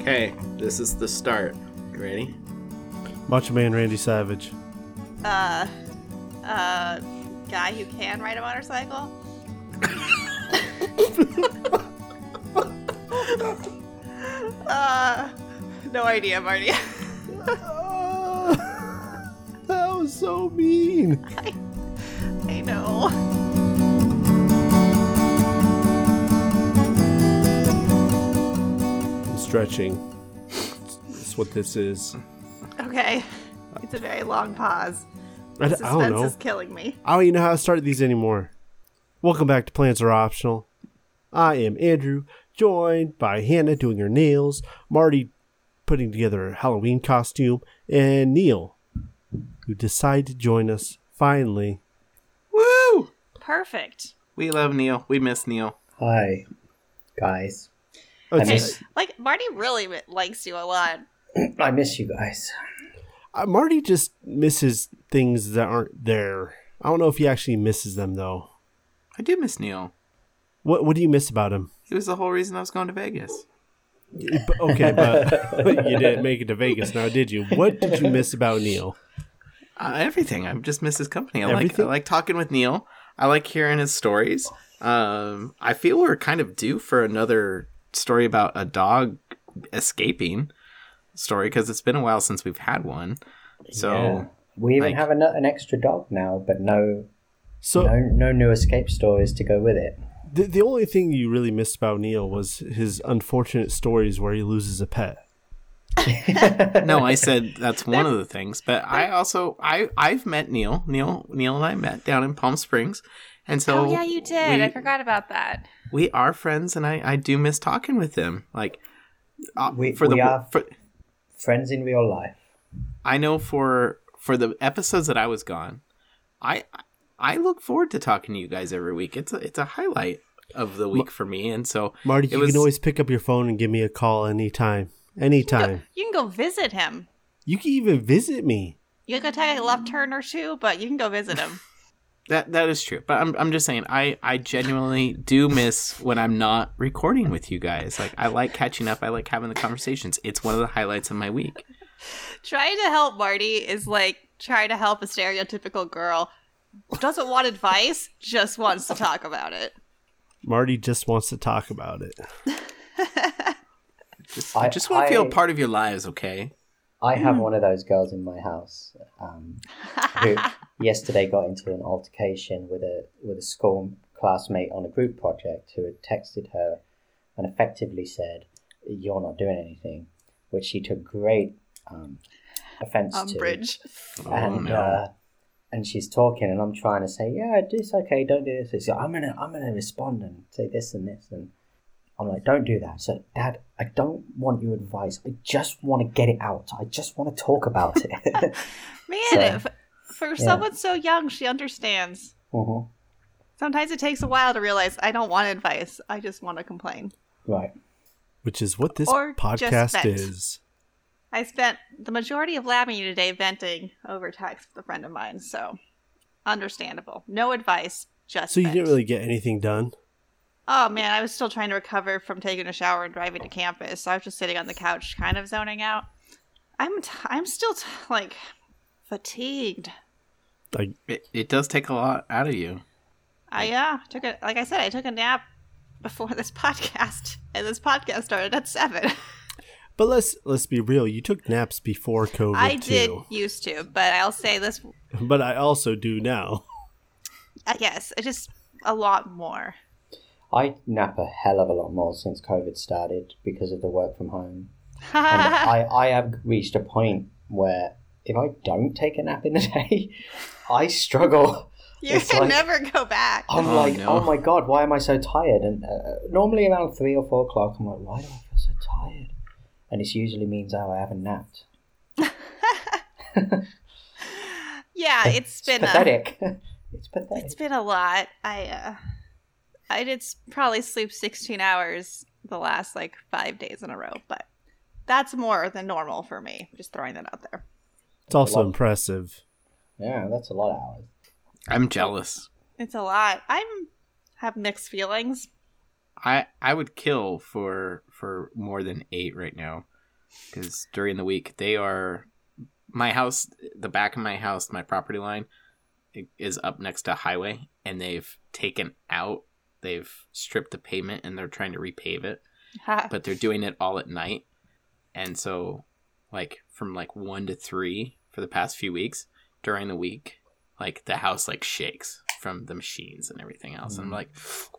Okay, this is the start. You ready? Macho Man Randy Savage. uh, uh, guy who can ride a motorcycle. uh, no idea, Marty. that was so mean. I know. Stretching. That's what this is. Okay, it's a very long pause. I, d- I don't Suspense know. is killing me. I don't even know how to start these anymore. Welcome back to Plants Are Optional. I am Andrew, joined by Hannah doing her nails, Marty putting together a Halloween costume, and Neil, who decided to join us finally. Woo! Perfect. We love Neil. We miss Neil. Hi, guys. Oh, I it's Okay, just- like Marty really mi- likes you a lot. I miss you guys. uh, Marty just misses things that aren't there. I don't know if he actually misses them though. I do miss Neil. What What do you miss about him? He was the whole reason I was going to Vegas. But- Okay, but, but you didn't make it to Vegas now, did you? What did you miss about Neil? Uh, everything. I just miss his company. I Everything? like I like talking with Neil. I like hearing his stories. Um, I feel we're kind of due for another story about a dog escaping story because it's been a while since we've had one. So Yeah. we even like- have an, an extra dog now, but no, no, So no new escape stories to go with it. the the only thing you really missed about Neil was his unfortunate stories where he loses a pet. no, I said that's one of the things. But I also I I've met Neil. Neil Neil and I met down in Palm Springs, and so oh yeah, you did. we- I forgot about that. we are friends, and I I do miss talking with him. Like uh, We- for the we are- for, Friends in real life. I know for for the episodes that I was gone, I I look forward to talking to you guys every week. It's a, it's a highlight of the week for me, and so Marty, It you was- can always pick up your phone and give me a call anytime. Anytime. You can go visit him. You can even visit me. You can take a left turn or two, but you can go visit him. That that is true, but I'm I'm just saying I I genuinely do miss when I'm not recording with you guys. Like I like catching up. I like having the conversations. It's one of the highlights of my week. trying to help Marty is like trying to help a stereotypical girl. Doesn't want advice, just wants to talk about it. Marty just wants to talk about it. Just, I- just want to feel I- part of your lives, okay? I have one of those girls in my house um, who yesterday got into an altercation with a with a school classmate on a group project who had texted her and effectively said, "You're not doing anything," which she took great um, offense to. Umbridge. and uh, and she's talking, and I'm trying to say, yeah, do this, okay, don't do this. It's like, I'm gonna, I'm gonna respond and say this and this, and I'm like, don't do that. So, Dad, I don't want your advice. I just want to get it out. I just want to talk about it. Man, So, if, for someone so young, she understands. Mhm. Sometimes it takes a while to realize I don't want advice. I just want to complain. Right. Which is what this Or just podcast vent. is. I spent the majority of labbing you today venting over text with a friend of mine, so understandable. No advice, just So you vent. didn't really get anything done. Oh man, I was still trying to recover from taking a shower and driving to campus. I was just sitting on the couch, kind of zoning out. I'm t- I'm still t- like fatigued. Like it, it does take a lot out of you. I yeah, took a like I said, I took a nap before this podcast, and this podcast started at seven. But let's let's be real. You took naps before COVID I did too, used to, but I'll say this. but I also do now. uh, Yes, it just a lot more. I nap a hell of a lot more since COVID started because of the work from home. And I, I have reached a point where if I don't take a nap in the day, I struggle. you it's can like- never go back. I'm Oh, like, no. oh my god, why am I so tired? And uh, normally around three or four o'clock, I'm like, why do I feel so tired? And it usually means, oh, I haven't napped. Yeah, it's It's been a, pathetic. it's pathetic. It's been a lot. I uh, I did s- probably sleep 16 hours the last like five days in a row, but that's more than normal for me. Just throwing that out there. It's also Well- impressive. Yeah, that's a lot of hours. I'm jealous. It's a lot. I'm have mixed feelings. I I would kill for for more than eight right now. because during the week they are my house the back of my house my property line i- is up next to a highway and they've taken out they've stripped the pavement and they're trying to repave it but they're doing it all at night and so like from like one to three for the past few weeks during the week like the house like shakes from the machines and everything else and i'm like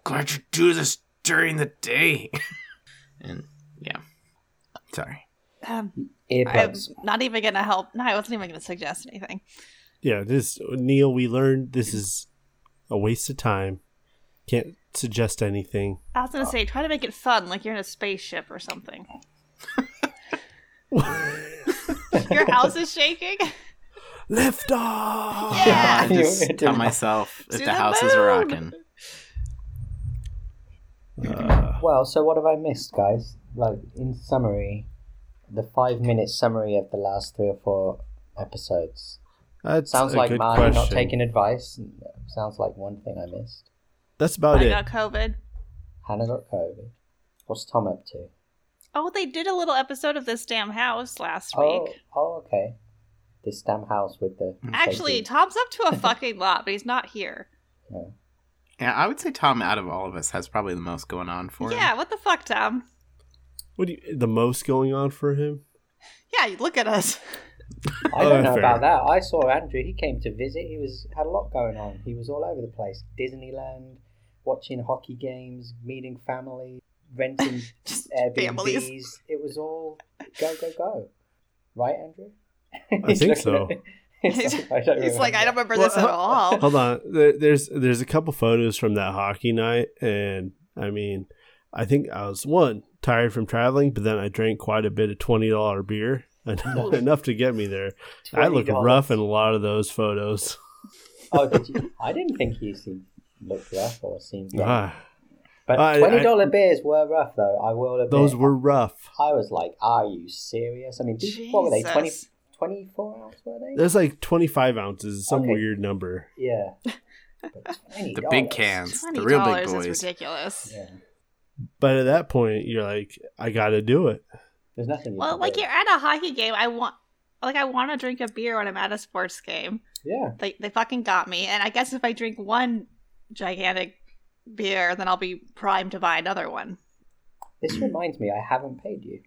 glad you do this during the day and yeah sorry um, I'm Earplugs. not even gonna help. No, I wasn't even gonna suggest anything. Yeah, this Neil, we learned this is a waste of time. Can't suggest anything. I was gonna say try to make it fun, like you're in a spaceship or something. Your house is shaking. Lift off. Yeah. I just You're tell doing- myself if To the, the house is moon. rocking. Well, so what have I missed, guys? Like, in summary, the five minute summary of the last three or four episodes. That's Sounds a like good Marty not question. taking advice. Sounds like one thing I missed. That's about I it. got COVID. Hannah got COVID. What's Tom up to? Oh, they did a little episode of this damn house last Oh, week. oh, okay. This damn house with the. Mm. Actually, shaky- Tom's up to a fucking lot, but he's not here. Yeah, I would say Tom, out of all of us, has probably the most going on for Yeah, him. what the fuck, Tom? What do you, the most going on for him? Yeah, you look at us. I don't Oh, know fair. about that. I saw Andrew. He came to visit. He was had a lot going on. He was all over the place. Disneyland, watching hockey games, meeting family, renting Just Airbnbs. families. It was all go go go. Right, Andrew? I think He's so. looking at- he's like, I don't He's like, I don't remember. remember Well, this uh, at all. Hold on. There, there's there's a couple photos from that hockey night, and I mean, I think I was one tired from traveling, but then I drank quite a bit of twenty dollar beer, enough, enough to get me there. I look $20. rough in a lot of those photos. Oh, did you? I didn't think you seemed looked rough or seemed rough. Ah, But I- I- twenty dollar beers were rough, though. I will admit. those were rough. I was like, "Are you serious?" I mean, these- what were they? 20, Jesus. 24 ounce were they? There's like twenty five ounces, some Okay. weird number. Yeah. But $20. The big cans, the Twenty real big dollars is boys. ridiculous. Yeah. But at that point, you're like, I gotta do it. There's nothing. You Well, can like do. you're at a hockey game, I want, like, I want to drink a beer when I'm at a sports game. Yeah. They they fucking got me, and I guess if I drink one gigantic beer, then I'll be primed to buy another one. This reminds me, I haven't paid you.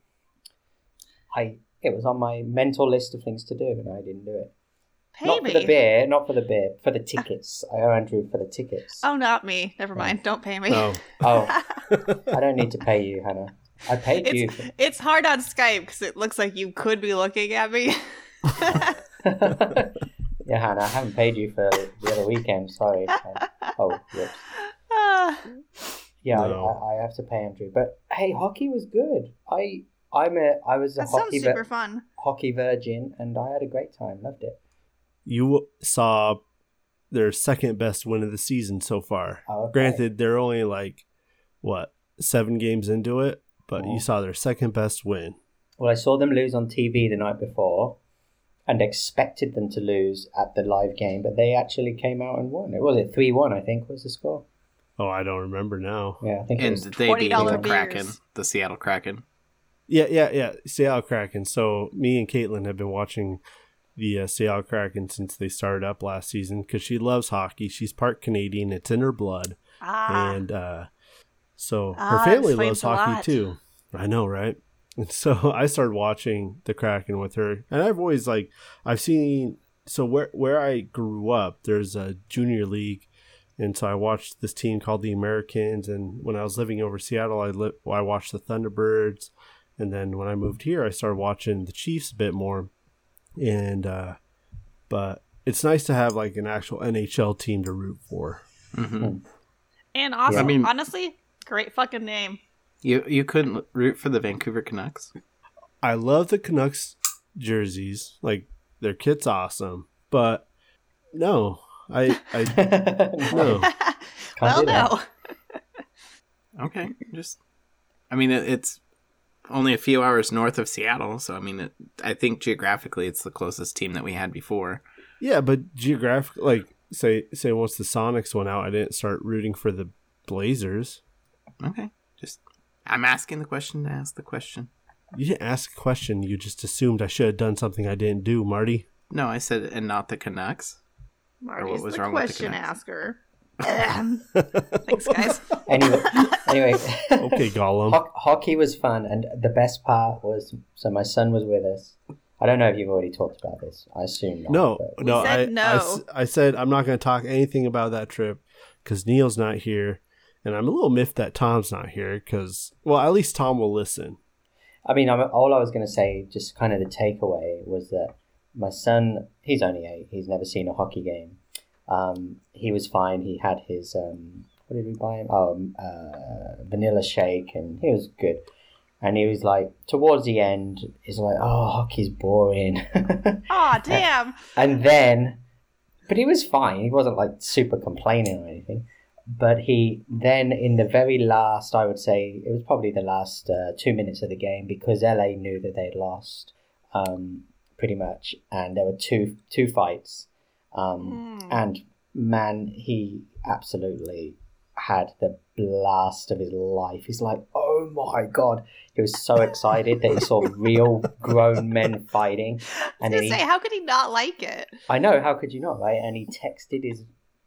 I it was on my mental list of things to do, and I didn't do it. Pay not me. for the beer, not for the beer, for the tickets. I owe Andrew for the tickets. Uh, Oh, not me. Never mind. Don't pay me. Oh, Oh, I don't need to pay you, Hannah. I paid you. It's, it's hard on Skype because it looks like you could be looking at me. For... yeah, Hannah, I haven't paid you for the other weekend. Sorry. I- Oh, whoops. Uh, Yeah, I- No. I, I have to pay Andrew. But hey, hockey was good. I I'm a I was a that sounds hockey vir- super fun. hockey virgin, and I had a great time. Loved it. you saw their second best win of the season so far. Oh, okay. Granted, they're only like what seven games into it, but Oh. you saw their second best win. Well, I saw them lose on TV the night before, and expected them to lose at the live game, but they actually came out and won. It was it three one, I think, was the score. Oh, I don't remember now. Yeah, I think it And was. they beat $20 the Kraken, beers. the Seattle Kraken. Yeah, yeah, yeah. Seattle Kraken. So me and Caitlin have been watching the uh, Seattle Kraken since they started up last season because she loves hockey. She's part Canadian. It's in her blood, Ah, and uh, so Ah, her family loves explains a hockey lot. too. I know, right? And so I started watching the Kraken with her, and I've always like I've seen so where where I grew up. There's a junior league, and so I watched this team called the Americans. And when I was living over Seattle, I li- I watched the Thunderbirds, and then when I moved here, I started watching the Chiefs a bit more. And uh, but it's nice to have like an actual NHL team to root for. hmm and awesome. I mean- honestly, great fucking name. You you couldn't root for the Vancouver Canucks. I love the Canucks jerseys. Like their kit's awesome, but no, I I no. Oh. well, do that. no. Okay, just I mean it, it's only a few hours north of Seattle, so I mean it, I think geographically it's the closest team that we had before. Yeah, but geographic, like say say once the Sonics went out, I didn't start rooting for the Blazers. Okay, just I'm asking the question to ask the question. You didn't ask a question. You just assumed I should have done something I didn't do, Marty. No, I said, and not the Canucks. Marty's was the wrong with the question Canucks? asker. Ahem. Thanks, guys. Anyway, anyway, Okay, Gollum. ho- hockey was fun, and the best part was so my son was with us. I don't know if you've already talked about this. I assume not. No, but- no, We I, said no. I s- I said I'm not going to talk anything about that trip because Neil's not here, and I'm a little miffed that Tom's not here because, well, at least Tom will listen. I mean, I'm, all I was going to say, just kind of the takeaway, was that my son, he's only eight, he's never seen a hockey game. Um, he was fine. He had his, um, what did we buy him? Oh, um, uh, vanilla shake, and he was good. And he was like, towards the end, he's like, oh, hockey's boring. Aw, Uh, damn. and then, but he was fine. He wasn't like super complaining or anything. But he then, in the very last, I would say it was probably the last uh, two minutes of the game because LA knew that they'd lost, um, pretty much, and there were two two fights, um, Hmm. and man, he absolutely had the blast of his life. He's like, oh my god, he was so excited that he saw real grown men fighting, I was and gonna then he say, how could he not like it? I know, how could you not, right? And he texted his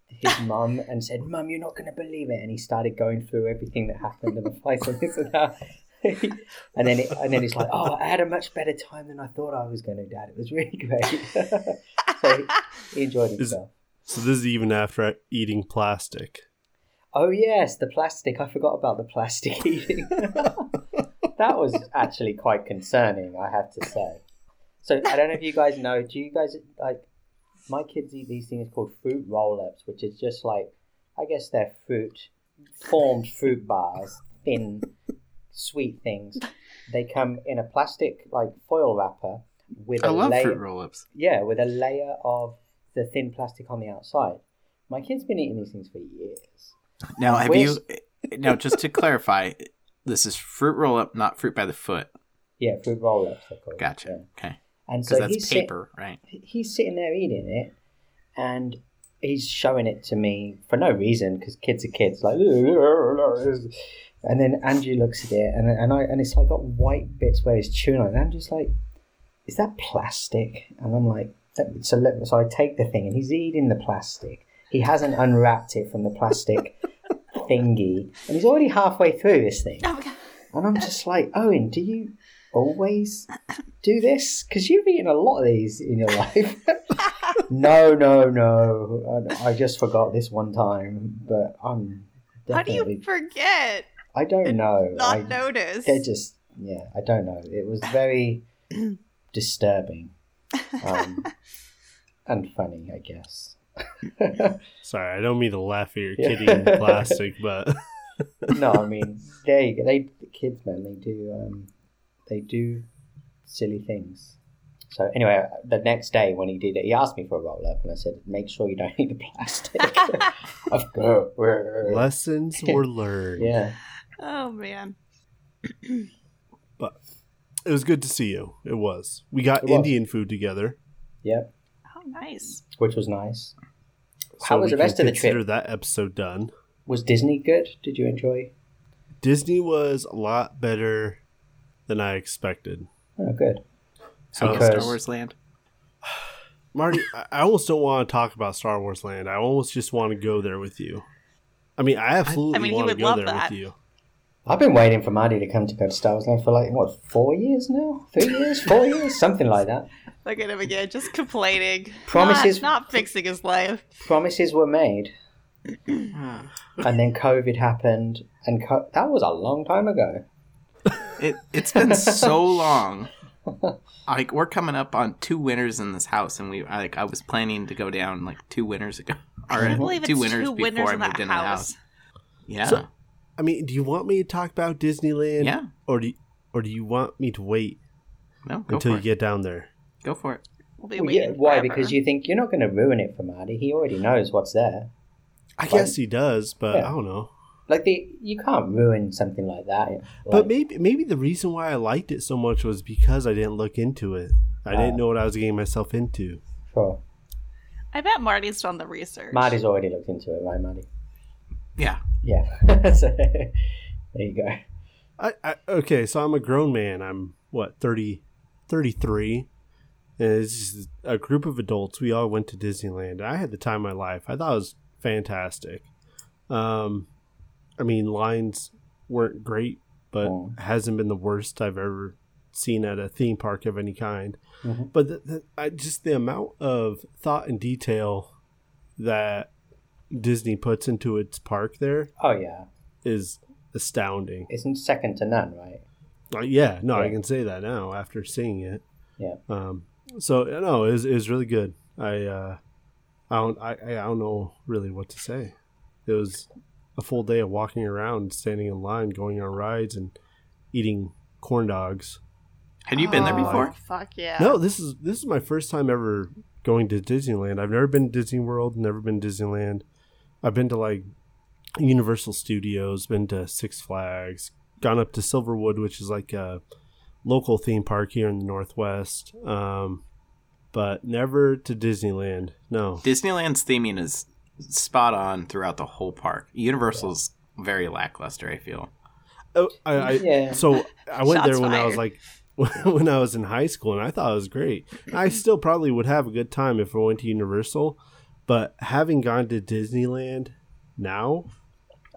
his mum and said, Mum, you're not gonna believe it and he started going through everything that happened and the fights and this and that. and then it, and then he's like, Oh, I had a much better time than I thought I was gonna, Dad. It was really great. so he enjoyed Is- himself. So this is even after eating plastic. Oh yes, the plastic. I forgot about the plastic eating. that was actually quite concerning, I have to say. So I don't know if you guys know. Do you guys like? My kids eat these things called fruit roll-ups, which is just like, I guess they're fruit formed fruit bars, thin, sweet things. They come in a plastic like foil wrapper with I a love layer fruit roll ups. yeah, with a layer of the thin plastic on the outside. My kid's been eating these things for years. Now, have Where's- you. Now, just to clarify, this is fruit roll up, not fruit by the foot. Yeah, fruit roll ups. Gotcha. Yeah. Okay. And Because so that's he's, sit- paper, right? he's sitting there eating it, and he's showing it to me for no reason because kids are kids. Like, and then Andrew looks at it, and and I and it's like got white bits where he's chewing on. it. And Andrew's like, "Is that plastic?" And I'm like, "That- "So let." So I take the thing, and he's eating the plastic. He hasn't unwrapped it from the plastic thingy, and he's already halfway through this thing. Oh my god. And I'm just like, Owen, do you always do this? Because you've eaten a lot of these in your life. no, no, no. I, I just forgot this one time, but I'm How do definitely. you forget? I don't know. Not I, notice. They're just, yeah, I don't know. It was very disturbing um, and funny, I guess. Sorry, I don't mean to laugh at your Yeah. kid eating plastic, but no, I mean, there you go. They the kids, man, they do, um, they do silly things. So anyway, the next day when he did it, he asked me for a roll up, and I said, "Make sure you don't eat the plastic." Of course. lessons were learned. yeah, oh man. But it was good to see you. It was. We got It was. Indian food together. yeah, Oh nice. which was nice. How was we the can rest of the consider trip? that episode done. Was Disney good? Did you enjoy? Disney was a lot better than I expected. Oh, good. So, Because- Star Wars land. Marty, I I almost don't want to talk about Star Wars Land. I almost just want to go there with you. I mean, I absolutely I mean, he want to would go love there that. with you. I've been waiting for Marty to come to go to Star Wars Land for like what four years now, three years, four years, something like that. Look at him again, just complaining. Promises- not, not fixing his life. Promises were made. and then COVID happened, and co- that was a long time ago. It, it's been so long. Like we're coming up on two winters in this house, and we like I was planning to go down like two winters ago. Or I can't believe it's two winters two before winners I in that moved into the house. house. Yeah, So- I mean, do you want me to talk about Disneyland? Yeah. Or do you, or do you want me to wait no, go until for you it. get down there? Go for it. We'll be Well, waiting yeah, why? forever. Because you think you're not going to ruin it for Marty. He already knows what's there. I Like- guess he does, but Yeah. I don't know. Like the you can't ruin something like that. Like, But maybe maybe the reason why I liked it so much was because I didn't look into it. I Ah. didn't know what I was getting myself into. sure. I bet Marty's done the research. Marty's already looked into it, right, Marty? Yeah, Yeah. so, there you go. I, I okay, so I'm a grown man. I'm what 30 33 and it's just a group of adults we all went to disneyland i had the time of my life i thought it was fantastic um i mean lines weren't great but Oh. hasn't been the worst i've ever seen at a theme park of any kind Mhm. but the, the, I, just the amount of thought and detail that disney puts into its park there Oh yeah, is astounding isn't second to none, right? uh, yeah, no, I Yeah. can say that now after seeing it. Yeah. Um. So no, it was, it was really good. I uh, I don't I, I don't know really what to say. It was a full day of walking around, standing in line, going on rides, and eating corn dogs. Had you been there Oh, before? Fuck yeah. No, this is this is my first time ever going to Disneyland. I've never been to Disney World, never been to Disneyland. I've been to like Universal Studios, been to Six Flags, gone up to Silverwood, which is like a local theme park here in the Northwest. Um, but never to Disneyland. No. Disneyland's theming is spot on throughout the whole park. Universal's very lackluster, I feel. Oh, I, I, yeah. So I went Shots there when I was fired. like when I was in high school, and I thought it was great. I still probably would have a good time if I went to Universal, but having gone to Disneyland now,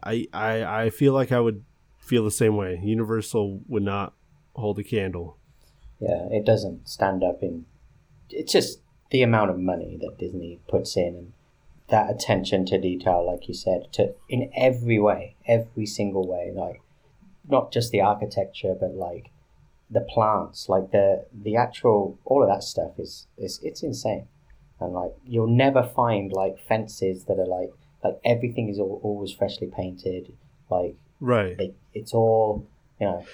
I I, I feel like I would feel the same way. Universal would not hold a candle. Yeah, it doesn't stand up in. It's just the amount of money that Disney puts in and that attention to detail, like you said, to in every way, every single way, like not just the architecture, but like the plants, like the the actual all of that stuff is is it's insane, and like you'll never find like fences that are like like everything is al always freshly painted, like Right. it, it's all you know,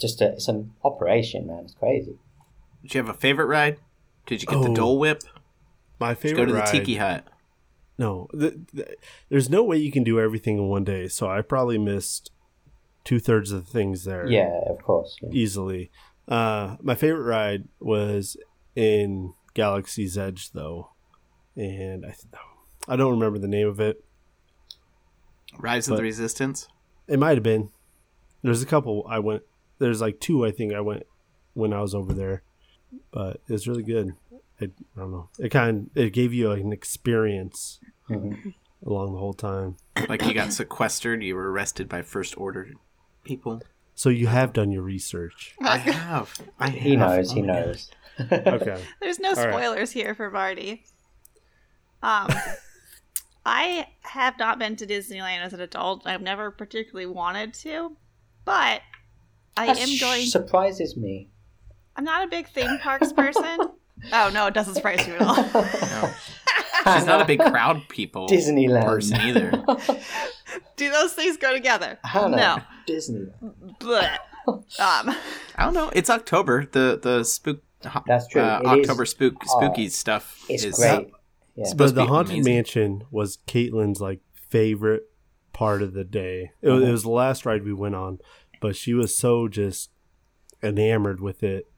just a, it's an operation, man. It's crazy. Did you have a favorite ride? Did you get Oh, the Dole Whip? My Did you go favorite to the ride. Tiki Hut? No, th th there's no way you can do everything in one day. So I probably missed two thirds of the things there. Yeah, of course. yeah. easily. Uh, my favorite ride was in Galaxy's Edge, though, and I th- I don't remember the name of it. Rise of But- the Resistance? It might have been. There's a couple I went. There's like two I think I went when I was over there, but it was really good. It, I don't know. It kind it gave you like, an experience Mhm. along the whole time. Like you got sequestered, you were arrested by First Order people. So you have done your research. I have. I have. He knows. He Oh my God. knows. Okay. There's no All right. spoilers here for Marty. Um, I have not been to Disneyland as an adult. I've never particularly wanted to, but I That am going. Surprises me. I'm not a big theme parks person. oh no, it doesn't surprise you at all. No. She's not a big crowd people Disneyland person either. Do those things go together? Hannah, No, Disneyland. but um, I don't know. It's October. The the spook. ho- That's true. Uh, It October is- spook oh, spooky stuff It's is great. Yeah. But supposed to the be haunted amazing. mansion was Caitlin's like favorite part of the day. It, Uh-huh. was, it was the last ride we went on, but she was so just enamored with it,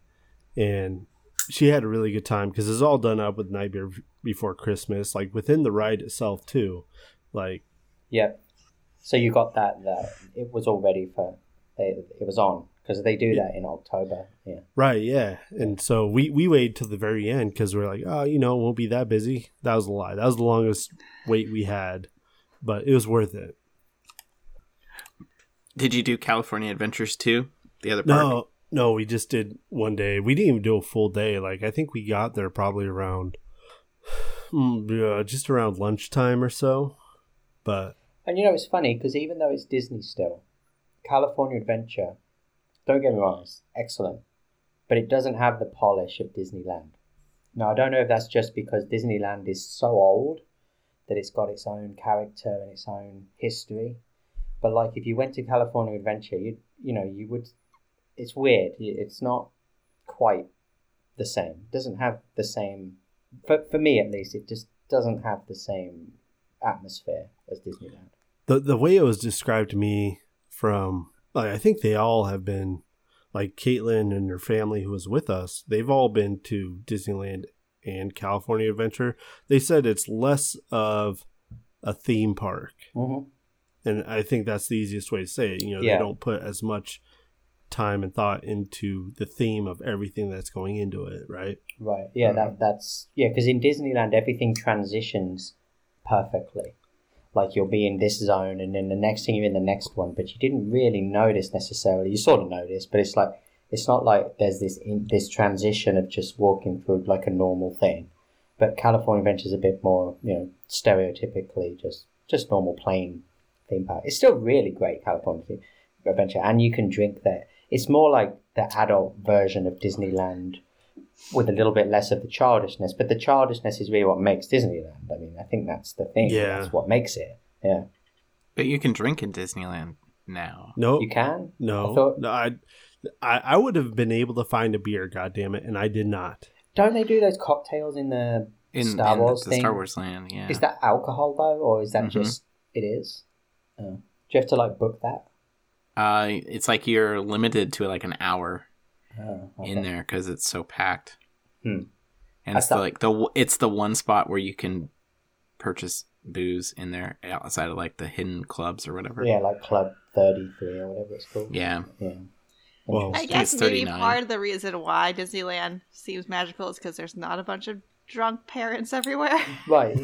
and she had a really good time because it's all done up with Night Be- Before Christmas, like within the ride itself too. Like Yep. So you got that. That it was all ready for. It, it was on because they do that in October. Yeah. right, yeah, and so we we waited till the very end because we are like, oh, you know, it won't be that busy. That was a lie. That was the longest wait we had, but it was worth it. Did you do California Adventures too? The other part. No, no, we just did one day. We didn't even do a full day. Like I think we got there probably around mm, uh, just around lunchtime or so. But And you know it's funny because even though it's Disney still, California Adventure. Don't get me wrong, it's excellent, but it doesn't have the polish of Disneyland. Now I don't know if that's just because Disneyland is so old that it's got its own character and its own history. But like if you went to California Adventure, you you know you would. It's weird. y- It's not quite the same. It doesn't have the same. For for me at least, it just doesn't have the same atmosphere as Disneyland. the the way it was described to me from like I think they all have been like Caitlin and her family who was with us. They've all been to Disneyland and California Adventure. They said it's less of a theme park. Mm-hmm. and I think that's the easiest way to say it. You know, Yeah. they don't put as much time and thought into the theme of everything that's going into it, right? Right. Yeah, that that's yeah, because in Disneyland everything transitions perfectly. Like you'll be in this zone and then the next thing you're in the next one, but you didn't really notice necessarily. You sort of notice, but it's like it's not like there's this in, this transition of just walking through like a normal thing. But California Adventure's a bit more, you know, stereotypically just just normal plain theme park. It's still really great California theme- Adventure, and you can drink there. It's more like the adult version of Disneyland with a little bit less of the childishness, but the childishness is really what makes Disneyland. I mean, I think that's the thing. Yeah. That's what makes it. Yeah. But you can drink in Disneyland now. No, You can? no, I thought- no. I, I, I would have been able to find a beer, goddamn it, and I did not. Don't they do those cocktails in the In Star in Wars the thing? Star Wars land, yeah. Is that alcohol though, or is that Mhm. just it is? Oh. Do you have to like book that? uh, it's like you're limited to like an hour Oh, okay. in there because it's so packed. Hmm. And I it's the, thought- like the w- it's the one spot where you can purchase booze in there outside of like the hidden clubs or whatever. Yeah, like Club Thirty Three or whatever it's called. Yeah. Yeah. Well- Interesting. I think guess it's maybe 39. part of the reason why Disneyland seems magical is because there's not a bunch of drunk parents everywhere. Right.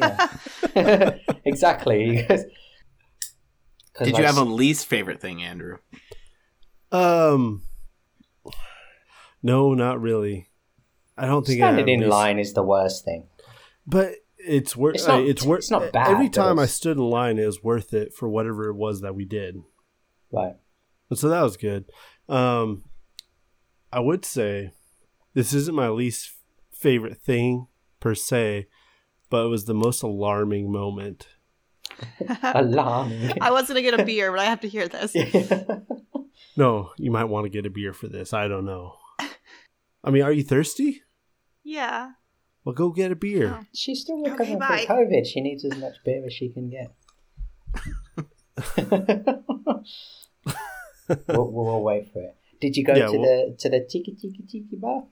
Yeah. exactly. 'Cause- 'cause Did like- you have a least favorite thing, Andrew? Um, no, not really. I don't think I standing have in least- line is the worst thing? but it's worth. It's not- it's worth. it's not bad, Every but time I it's- stood in line, it was worth it for whatever it was that we did. Right. And so that was good. Um, I would say this isn't my least favorite thing per se, but it was the most alarming moment. Alarming. I was gonna get a beer, but I have to hear this. No, you might want to get a beer for this. I don't know. I mean, are you thirsty? Yeah. Well, go get a beer. She's still recovering bye. from COVID. She needs as much beer as she can get. we'll, we'll, we'll wait for it. Did you go Yeah, to we'll- the to the tiki tiki tiki bar?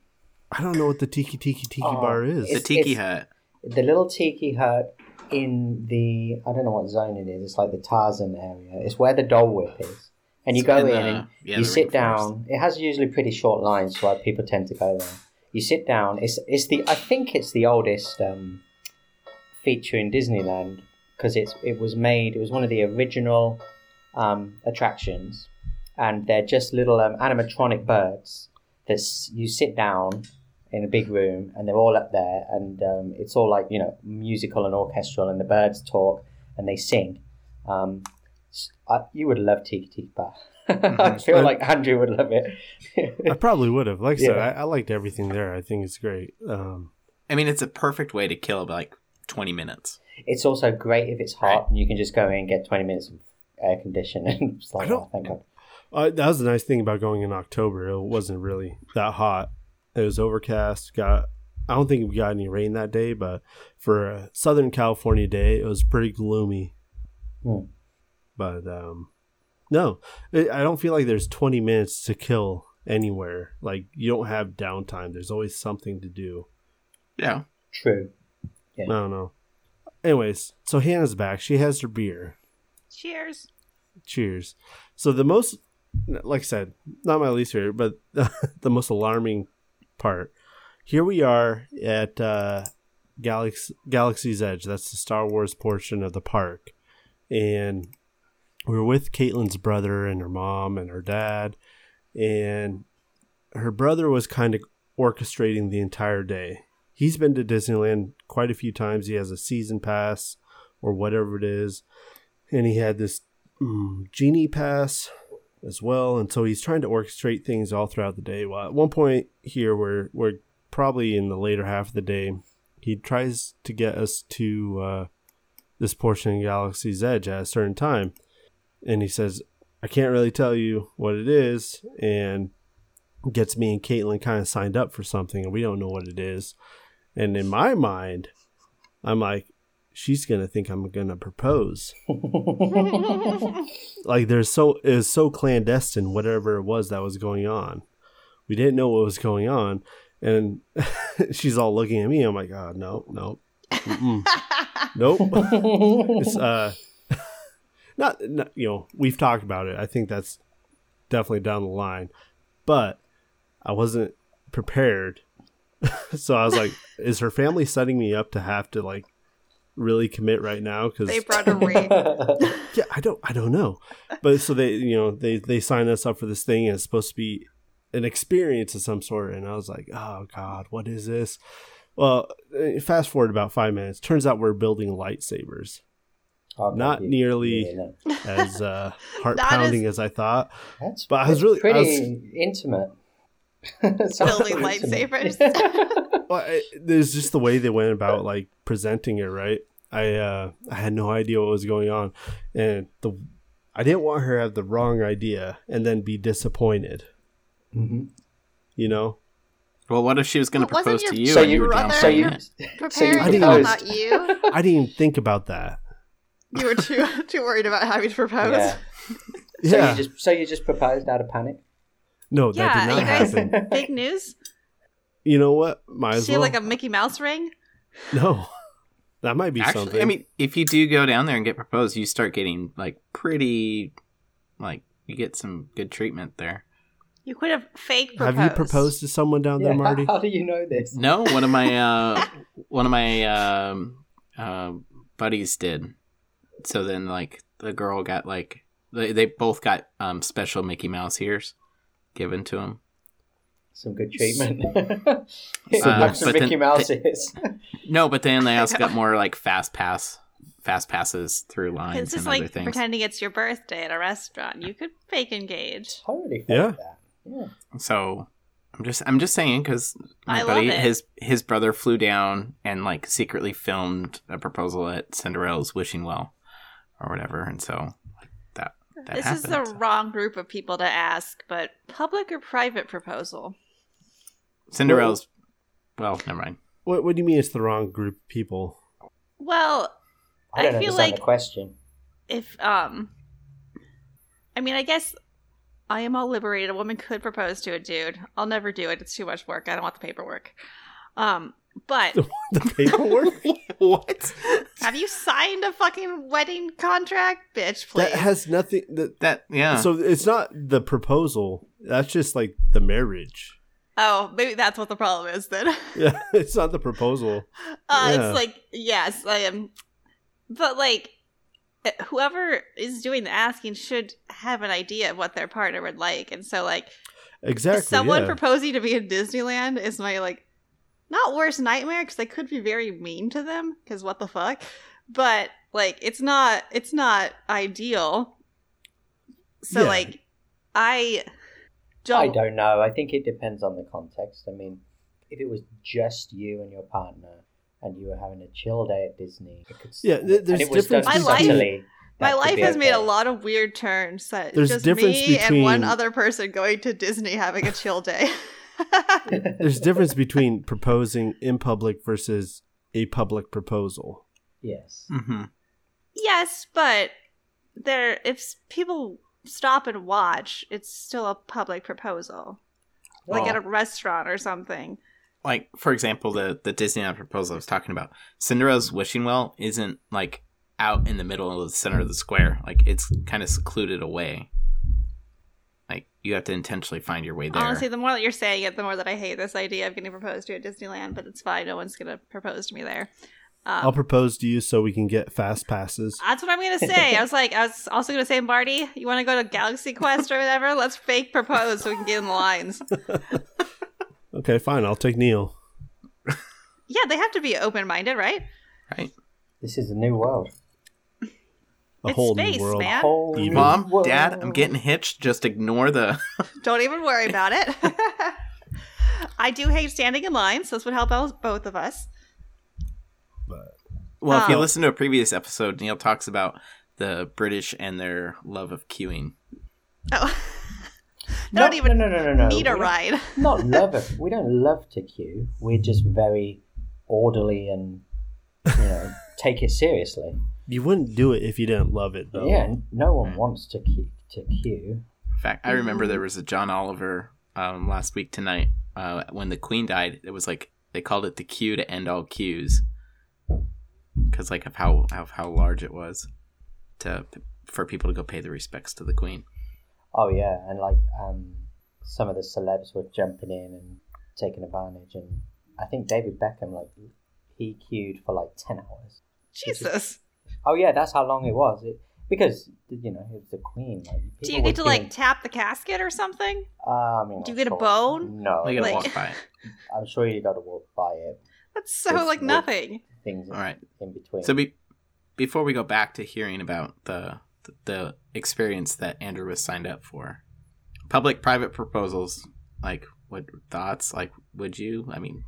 I don't know what the tiki tiki tiki Oh, bar is. The It's- Tiki it's- Hut. The little tiki hut in the I don't know what zone it is. It's like the Tarzan area. It's where the Dole Whip is, and you It's go in in, the- and yeah, you the sit rainforest. down. It has usually pretty short lines, so people tend to go there. You sit down. It's it's the I think it's the oldest um, feature in Disneyland because it's it was made. It was one of the original um, attractions, and they're just little um, animatronic birds that s- you sit down in a big room, and they're all up there, and um, it's all like you know musical and orchestral, and the birds talk and they sing. Um, s- I, you would love Tiki Tiki Bar. I feel I- like Andrew would love I it. probably would have. Like I said, Yeah. I, I liked everything there. I think it's great. Um, I mean, it's a perfect way to kill like 20 minutes. it's also great if it's hot and you can just go in and get twenty minutes of air conditioning. and it's like, I don't- oh, thank God. uh, that was the nice thing about going in October. It wasn't really that hot. It was overcast. Got I don't think we got any rain that day, but for a Southern California day, it was pretty gloomy. Hmm. But um, no, I I don't feel like there's 20 minutes to kill anywhere. Like you don't have downtime. There's always something to do. Yeah. True. I don't know. Anyways, so Hannah's back. She has her beer. Cheers. Cheers. So the most, like I said, not my least favorite, but the most alarming part. Here we are at uh, Galax- Galaxy's Edge. That's the Star Wars portion of the park, and we're with Caitlin's brother and her mom and her dad, and her brother was kind of orchestrating the entire day. He's been to Disneyland quite a few times. He has a season pass or whatever it is, and he had this mm, genie pass as well and so he's trying to orchestrate things all throughout the day well at one point here we're we're probably in the later half of the day he tries to get us to uh, this portion of galaxy's edge at a certain time and he says i can't really tell you what it is and gets me and caitlin kind of signed up for something and we don't know what it is and in my mind i'm like she's gonna think i'm gonna propose like there's so it was so clandestine whatever it was that was going on we didn't know what was going on and she's all looking at me i'm like oh no no mm-mm, nope it's uh not, not you know we've talked about it i think that's definitely down the line but I wasn't prepared. so I was like, is her family setting me up to have to like really commit right now? Because They brought a ring. yeah, I don't, I don't know. But so they, you know, they they signed us up for this thing, and it's supposed to be an experience of some sort. And I was like, oh god, what is this? Well, eh, fast forward about five minutes. Turns out we're building lightsabers, Oh, Not you- nearly- yeah, no. as uh, heart That is- pounding as I thought. That's But I was pre- really- I pretty was- intimate. Building Building lightsabers. well, I, there's just the way they went about like presenting it, right? I uh, I had no idea what was going on, and the I didn't want her to have the wrong idea and then be disappointed. Mm-hmm. You know, Well, what if she was going to But wasn't propose your- to you So and you you- were down so for So you, it? Preparing I to didn't call know- out you. I didn't even think about that. You were too too worried about having to propose. yeah. So Yeah, you just so you just proposed out of panic. no, that Yeah, did not you guys- happen. Big news. You know what? Might as She well. had like a Mickey Mouse ring. no, that might be Actually, something. I mean, if you do go down there and get proposed, you start getting like pretty, like you get some good treatment there. You could have fake proposed. have you proposed to someone down Yeah, there, Marty? How do you know this? No, one of my uh, one of my um, uh, buddies did. So then, like the girl got like they, they both got um, special Mickey Mouse ears given to them. Some good treatment. Uh, some but then- Mickey Mouse is. No, but then they also got more like fast pass, fast passes through lines It's just and other like things. pretending it's your birthday at a restaurant. You could fake engage. totally. fuck Yeah. That. Yeah. So I'm just I'm just saying because my I love buddy it. his his brother flew down and like secretly filmed a proposal at Cinderella's wishing well or whatever, and so that that this happened. is the wrong group of people to ask, but public or private proposal? Cinderella's. Well, never mind. What What do you mean? It's the wrong group of people. Well, I don't I feel understand like- the question. if um I mean I guess I am all liberated. A woman could propose to a dude. I'll never do it. It's too much work. I don't want the paperwork. Um but the paperwork. what? have you signed a fucking wedding contract, bitch, please? That has nothing. That, That yeah. So it's not the proposal. That's just like the marriage. oh, maybe that's what the problem is then. Yeah, it's not the proposal. Uh, Yeah. It's like yes, I am. But like, whoever is doing the asking should have an idea of what their partner would like, and so like, Exactly. someone yeah. proposing to be in Disneyland is my like, not worst nightmare because I could be very mean to them because what the fuck, but like it's not it's not ideal. So Yeah. like, I I don't. don't know. I think it depends on the context. I mean, if it was just you and your partner and you were having a chill day at Disney, it could Yeah, th- there's and it was done difference between- subtly, my that could life be has made a okay. lot of weird turns. That There's just difference me and one between- other person going to Disney having a chill day. There's difference between proposing in public versus a public proposal. Yes. hmm yes, but there if s- people stop and watch, it's still a public proposal. Like Well- at a restaurant or something. Like for example, the the Disneyland proposal I was talking about. Cinderella's wishing well isn't like out in the middle of the center of the square. Like it's kind of secluded away. Like you have to intentionally find your way there. Honestly, the more that you're saying it, the more that I hate this idea of getting proposed to at Disneyland, but it's fine. No one's going to propose to me there. I'll Um, propose to you so we can get fast passes. that's what I'm going to say. I was like, I was also going to say, Marty, you want to go to Galaxy Quest or whatever? Let's fake propose so we can get in the lines. Okay, fine. I'll take Neil. Yeah, they have to be open minded, right? right? This is a new world. A It's whole space, new world. man. Whole Even- new Mom, world. Dad, I'm getting hitched. Just ignore the. Don't even worry about it. I do hate standing in line, so this would help us- both of us. Well, if you Oh. listen to a previous episode, Neil talks about the British and their love of queuing. Oh, No, Don't even no, no, no, no, no. need a We- ride. Not love it. We don't love to queue. We're just very orderly and you know take it seriously. You wouldn't do it if you didn't love it, though. Yeah, no one Hmm. wants to queue. To queue. In fact, I remember there was a John Oliver um, last week tonight uh, when the Queen died. It was like they called it the queue to end all queues because like of how of how large it was to for people to go pay their respects to the Queen. Oh yeah, and like um, some of the celebs were jumping in and taking advantage. And I think David Beckham, like, he queued for like 10 hours. Jesus. Oh, yeah, that's how long it was. It, because, you know, it was the queen. Like, Do people you were get to like queuing- tap the casket or something? Uh, I mean, do you I'm get a sure- bone? No. We gotta Like- walk by it. I'm sure you gotta walk by it. That's so It's like wood. nothing. Things All right. in between. So be, before we go back to hearing about the the experience that Andrew was signed up for, public private proposals, like what thoughts? Like, would you? I mean,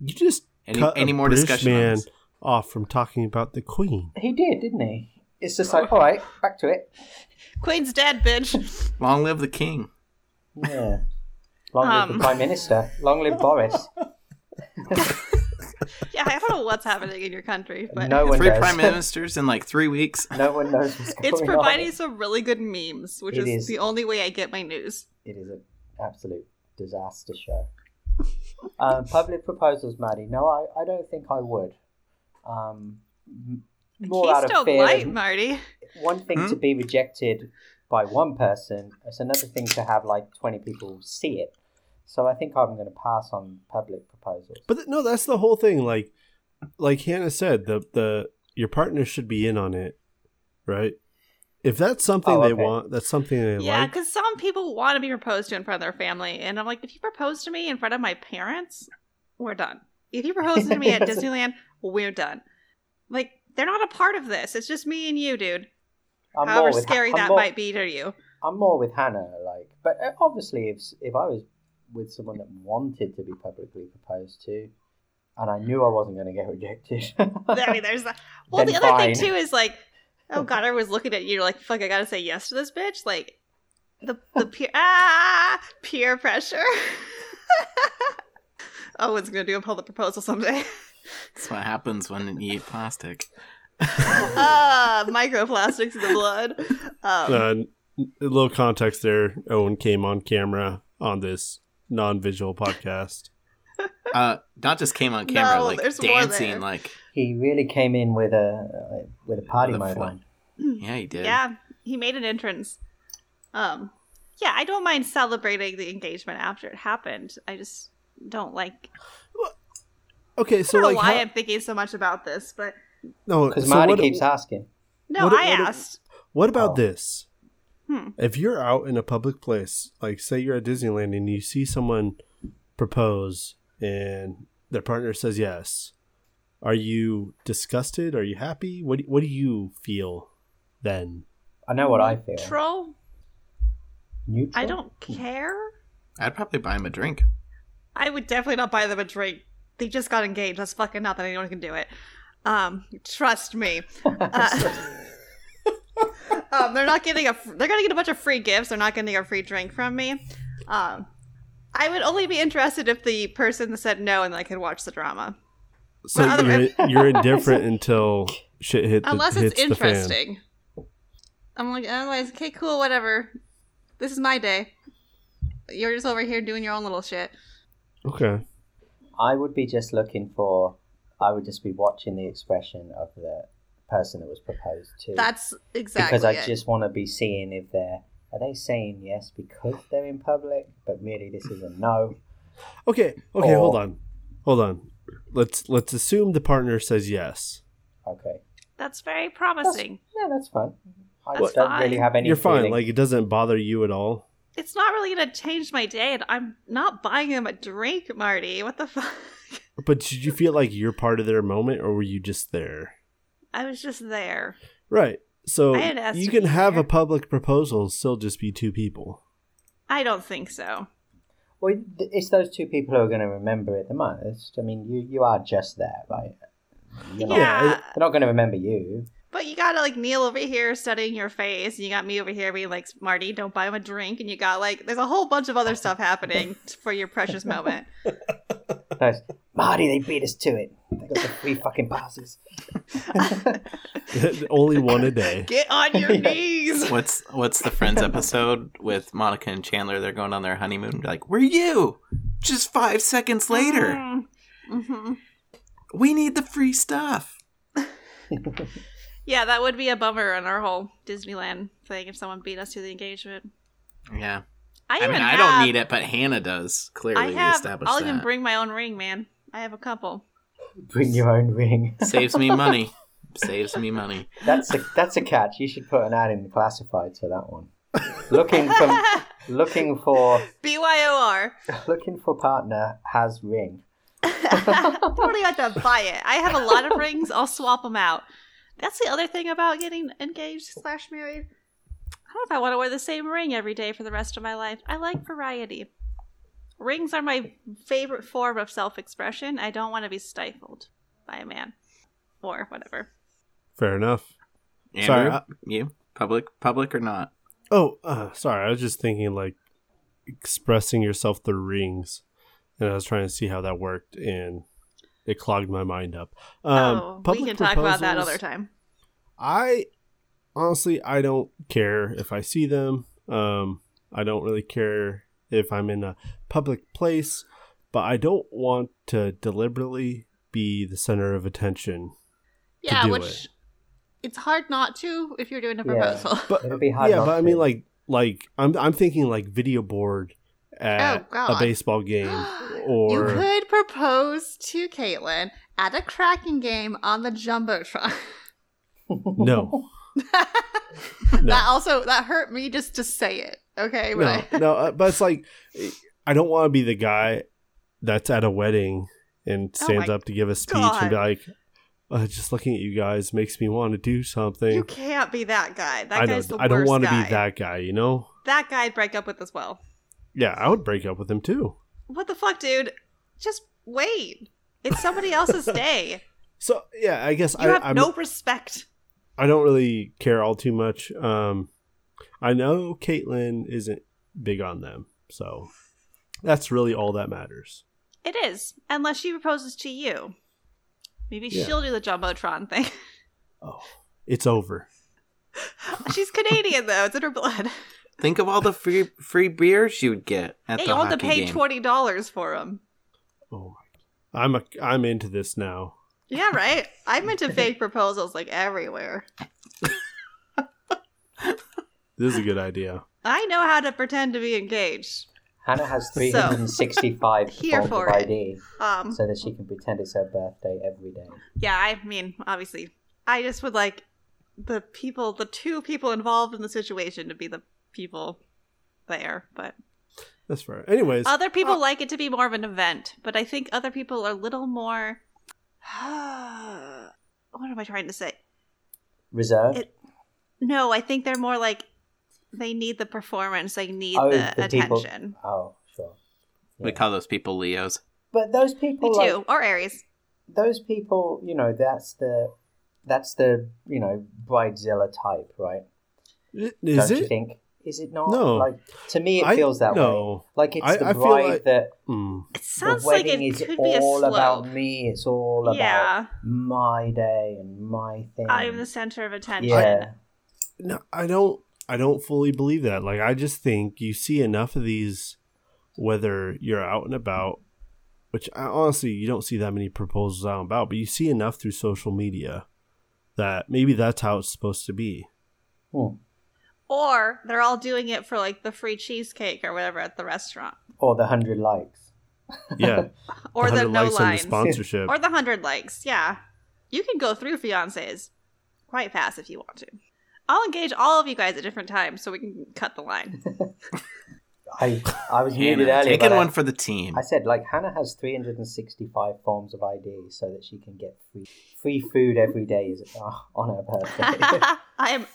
You just any cut any a more British discussion? on man this? off from talking about the Queen. he did, didn't he? It's just like, all right, back to it. Queen's dead, bitch. Long live the king. Yeah. Long live Um. the Prime Minister. Long live Boris. yeah, I don't know what's happening in your country, but No one Three knows. prime ministers in like three weeks. No one knows what's going it's on. providing some really good memes, which It is is. the only way I get my news. It is an absolute disaster show. um, public proposals, Maddie. No, I, I don't think I would. Um, m- more out of Keystone fear. Light, of- Marty. one thing Hmm? to be rejected by one person, it's another thing to have like 20 people see it. So I think I'm going to pass on public proposals. But th- no, that's the whole thing. Like, like Hannah said, the the your partner should be in on it, right? If that's something Oh, they okay. want, that's something they Yeah, like. because some people want to be proposed to in front of their family, and I'm like, if you propose to me in front of my parents, we're done. If you propose to me at Disneyland, we're done. Like they're not a part of this. It's just me and you, dude. I'm However with- scary I'm that more- might be to you. I'm more with Hannah, like, but uh, obviously, if if I was with someone that wanted to be publicly proposed to, and I knew I wasn't going to get rejected, I mean, there's that. Well, Then the other fine. thing too is like, oh god, I was looking at you you're like, fuck, I gotta say yes to this bitch. Like, the the peer ah peer pressure. Owen's gonna do a public proposal someday. That's what happens when you eat plastic. Ah, microplastics in the blood. Um, Uh, n- a little context there. Owen came on camera on this non-visual podcast. Uh, not just came on camera, No, like there's more dancing, there. like he really came in with a uh, with a party With a mode fla- on. yeah, he did. yeah, he made an entrance. Um, yeah, I don't mind celebrating the engagement after it happened. I just don't like. Okay, I so don't like, know why how- I'm thinking so much about this, but no, Because so Marty what- keeps asking. no, What- I what- asked. What about Oh. this? Hmm. If you're out in a public place, like say you're at Disneyland and you see someone propose and their partner says yes, are you disgusted? Are you happy? What do, what do you feel then? I know what I feel. Troll. Neutral? Mm, I don't care. I'd probably buy him a drink. I would definitely not buy them a drink. They just got engaged. That's fucking nothing. Anyone can do it. Um, trust me. Uh, um, they're not getting a. They're gonna get a bunch of free gifts. They're not getting a free drink from me. Um, I would only be interested if the person said no and I could watch the drama, So Well, you're, you're indifferent until shit hit the, unless it's hits the fan. interesting. I'm like, otherwise, okay, cool, whatever. This is my day. You're just over here doing your own little shit. Okay. I would be just looking for. I would just be watching the expression of the person that was proposed to. That's exactly because I it. just want to be seeing if they're are they saying yes because they're in public, but really this is a no. Okay. Okay, Or- hold on. Hold on. Let's let's assume the partner says yes. Okay, That's very promising. yeah, that's fine. I That's just don't fine. really have any. you're fine. feeling. Like it doesn't bother you at all. It's not really going to change my day, and I'm not buying him a drink, Marty. What the fuck? But did you feel like you're part of their moment, or were you just there? I was just there. Right. So I had asked you to can be have there. a public proposal, and still just be two people. I don't think so. well, th- it's those two people who are going to remember it the most. I mean, you you are just there, right? You're Yeah. not, they're not going to remember you. But you gotta like kneel over here studying your face, and you got me over here being like, Marty, don't buy him a drink, and you got like, there's a whole bunch of other stuff happening for your precious moment. No, it's, Marty, they beat us to it. They got the free fucking passes. Only one a day. Get on your Yeah. knees! What's what's the Friends episode with Monica and Chandler? They're going on their honeymoon. and be like, where you? Just five seconds Ah. later, hmm we need the free stuff. Yeah, that would be a bummer on our whole Disneyland thing if someone beat us to the engagement. Yeah, I, I even mean, I have, don't need it, but Hannah does. Clearly, I have. we established I'll that. even bring my own ring, man. I have a couple. Bring your own ring. Saves me money. Saves me money. That's a that's a catch. You should put an ad in the classifieds for that one. Looking for looking for BYOR. looking for partner has ring. Probably have to buy it. I have a lot of rings. I'll swap them out. That's the other thing about getting engaged slash married. I don't know if I want to wear the same ring every day for the rest of my life. I like variety. Rings are my favorite form of self expression. I don't want to be stifled by a man or whatever. Fair enough. Andrew, Sorry, I- you public, public or not? Oh, uh, sorry. I was just thinking like expressing yourself through rings, and I was trying to see how that worked, and it clogged my mind up. Um, oh, we can talk about that proposals, other time. I honestly, I don't care if I see them. Um, I don't really care if I'm in a public place, but I don't want to deliberately be the center of attention. to Yeah, do which it's hard not to if you're doing a Yeah. proposal. But It'd be hard yeah, not but I mean, to. like, like I'm I'm thinking like video board at a Oh, God. baseball game or you could propose to Caitlin at a cracking game on the jumbotron. no, That no, also that hurt me just to say it. Okay, but no, I- no. uh, But it's like I don't want to be the guy that's at a wedding and Oh stands my up to give a speech and be like, uh, "Just looking at you guys makes me want to do something." you can't be that guy. That I guy's don't. the I don't worst want to guy. be that guy. You know? That guy'd break up with as well. Yeah, I would break up with him too. What the fuck, dude? Just wait. It's somebody else's day. So yeah, I guess You I, have I'm, no respect. I don't really care all too much. Um, I know Caitlyn isn't big on them, so that's really all that matters. It is, unless she proposes to you. Maybe Yeah. she'll do the jumbotron thing. Oh, it's over. She's Canadian though; it's in her blood. Think of all the free free beers you would get at Hey, the you have to hockey pay game. twenty dollars for them. Oh my! I'm a, I'm into this now. Yeah, right. I'm into fake proposals like everywhere. This is a good idea. I know how to pretend to be engaged. Hannah has 365 Here forms for of it. ID Um, so that she can pretend it's her birthday every day. yeah, I mean, obviously, I just would like the people, the two people involved in the situation, to be the people there. But That's fair. Anyways, other people like it to be more of an event. But I think other people are a little more. what am I trying to say? Reserved. It- No, I think they're more like they need the performance. They need Oh, the, the people- attention. oh, sure. We call those people Leos. But those Me people, like, too, or Aries. those people, you know, that's the that's the you know bridezilla type, right? i- is Don't you it? think? Is it not? No. Like to me, it I- feels that way. no. Like it's I- the I feel bride like- that Mm. It sounds the like wedding it is could be a all slope. about me. It's all about yeah, my day and my thing. I am the center of attention. yeah. No, I don't. I don't fully believe that. Like, I just think you see enough of these, whether you're out and about, which I, honestly you don't see that many proposals out and about, but you see enough through social media that maybe that's how it's supposed to be. Hmm. Or they're all doing it for like the free cheesecake or whatever at the restaurant, Or the hundred likes. Yeah, or the, 100 no likes and the lines, sponsorship. or the hundred likes. Yeah, you can go through fiancés quite fast if you want to. I'll engage all of you guys at different times so we can cut the line. I I was muted Hannah, earlier. taking but I- one for the team. I said, like Hannah has 365 forms of ID so that she can get free free food every day is, uh, on her birthday. I am.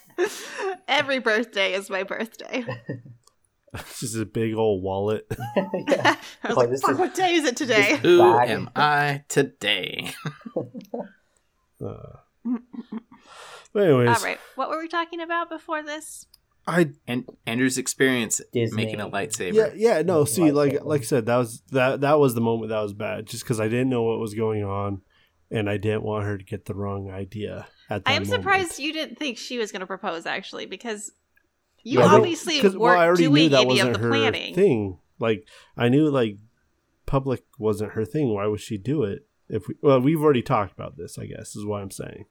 Every birthday is my birthday. it's just a big old wallet. Yeah. I was Oh, like, this fuck, is- what day is it today? Who Bag. am I today? Uh, but anyways, All right, what were we talking about before this? I And Andrew's experience Disney. making a lightsaber. yeah yeah no Like see like lightsaber. like I said that was that that was the moment that was bad just because I didn't know what was going on and I didn't want her to get the wrong idea at that I am moment. surprised you didn't think she was going to propose, actually, because you Yeah, but- obviously weren't doing any of the planning. thing. Like I knew like public wasn't her thing. Why would she do it? If we well we've already talked about this I guess is what I'm saying.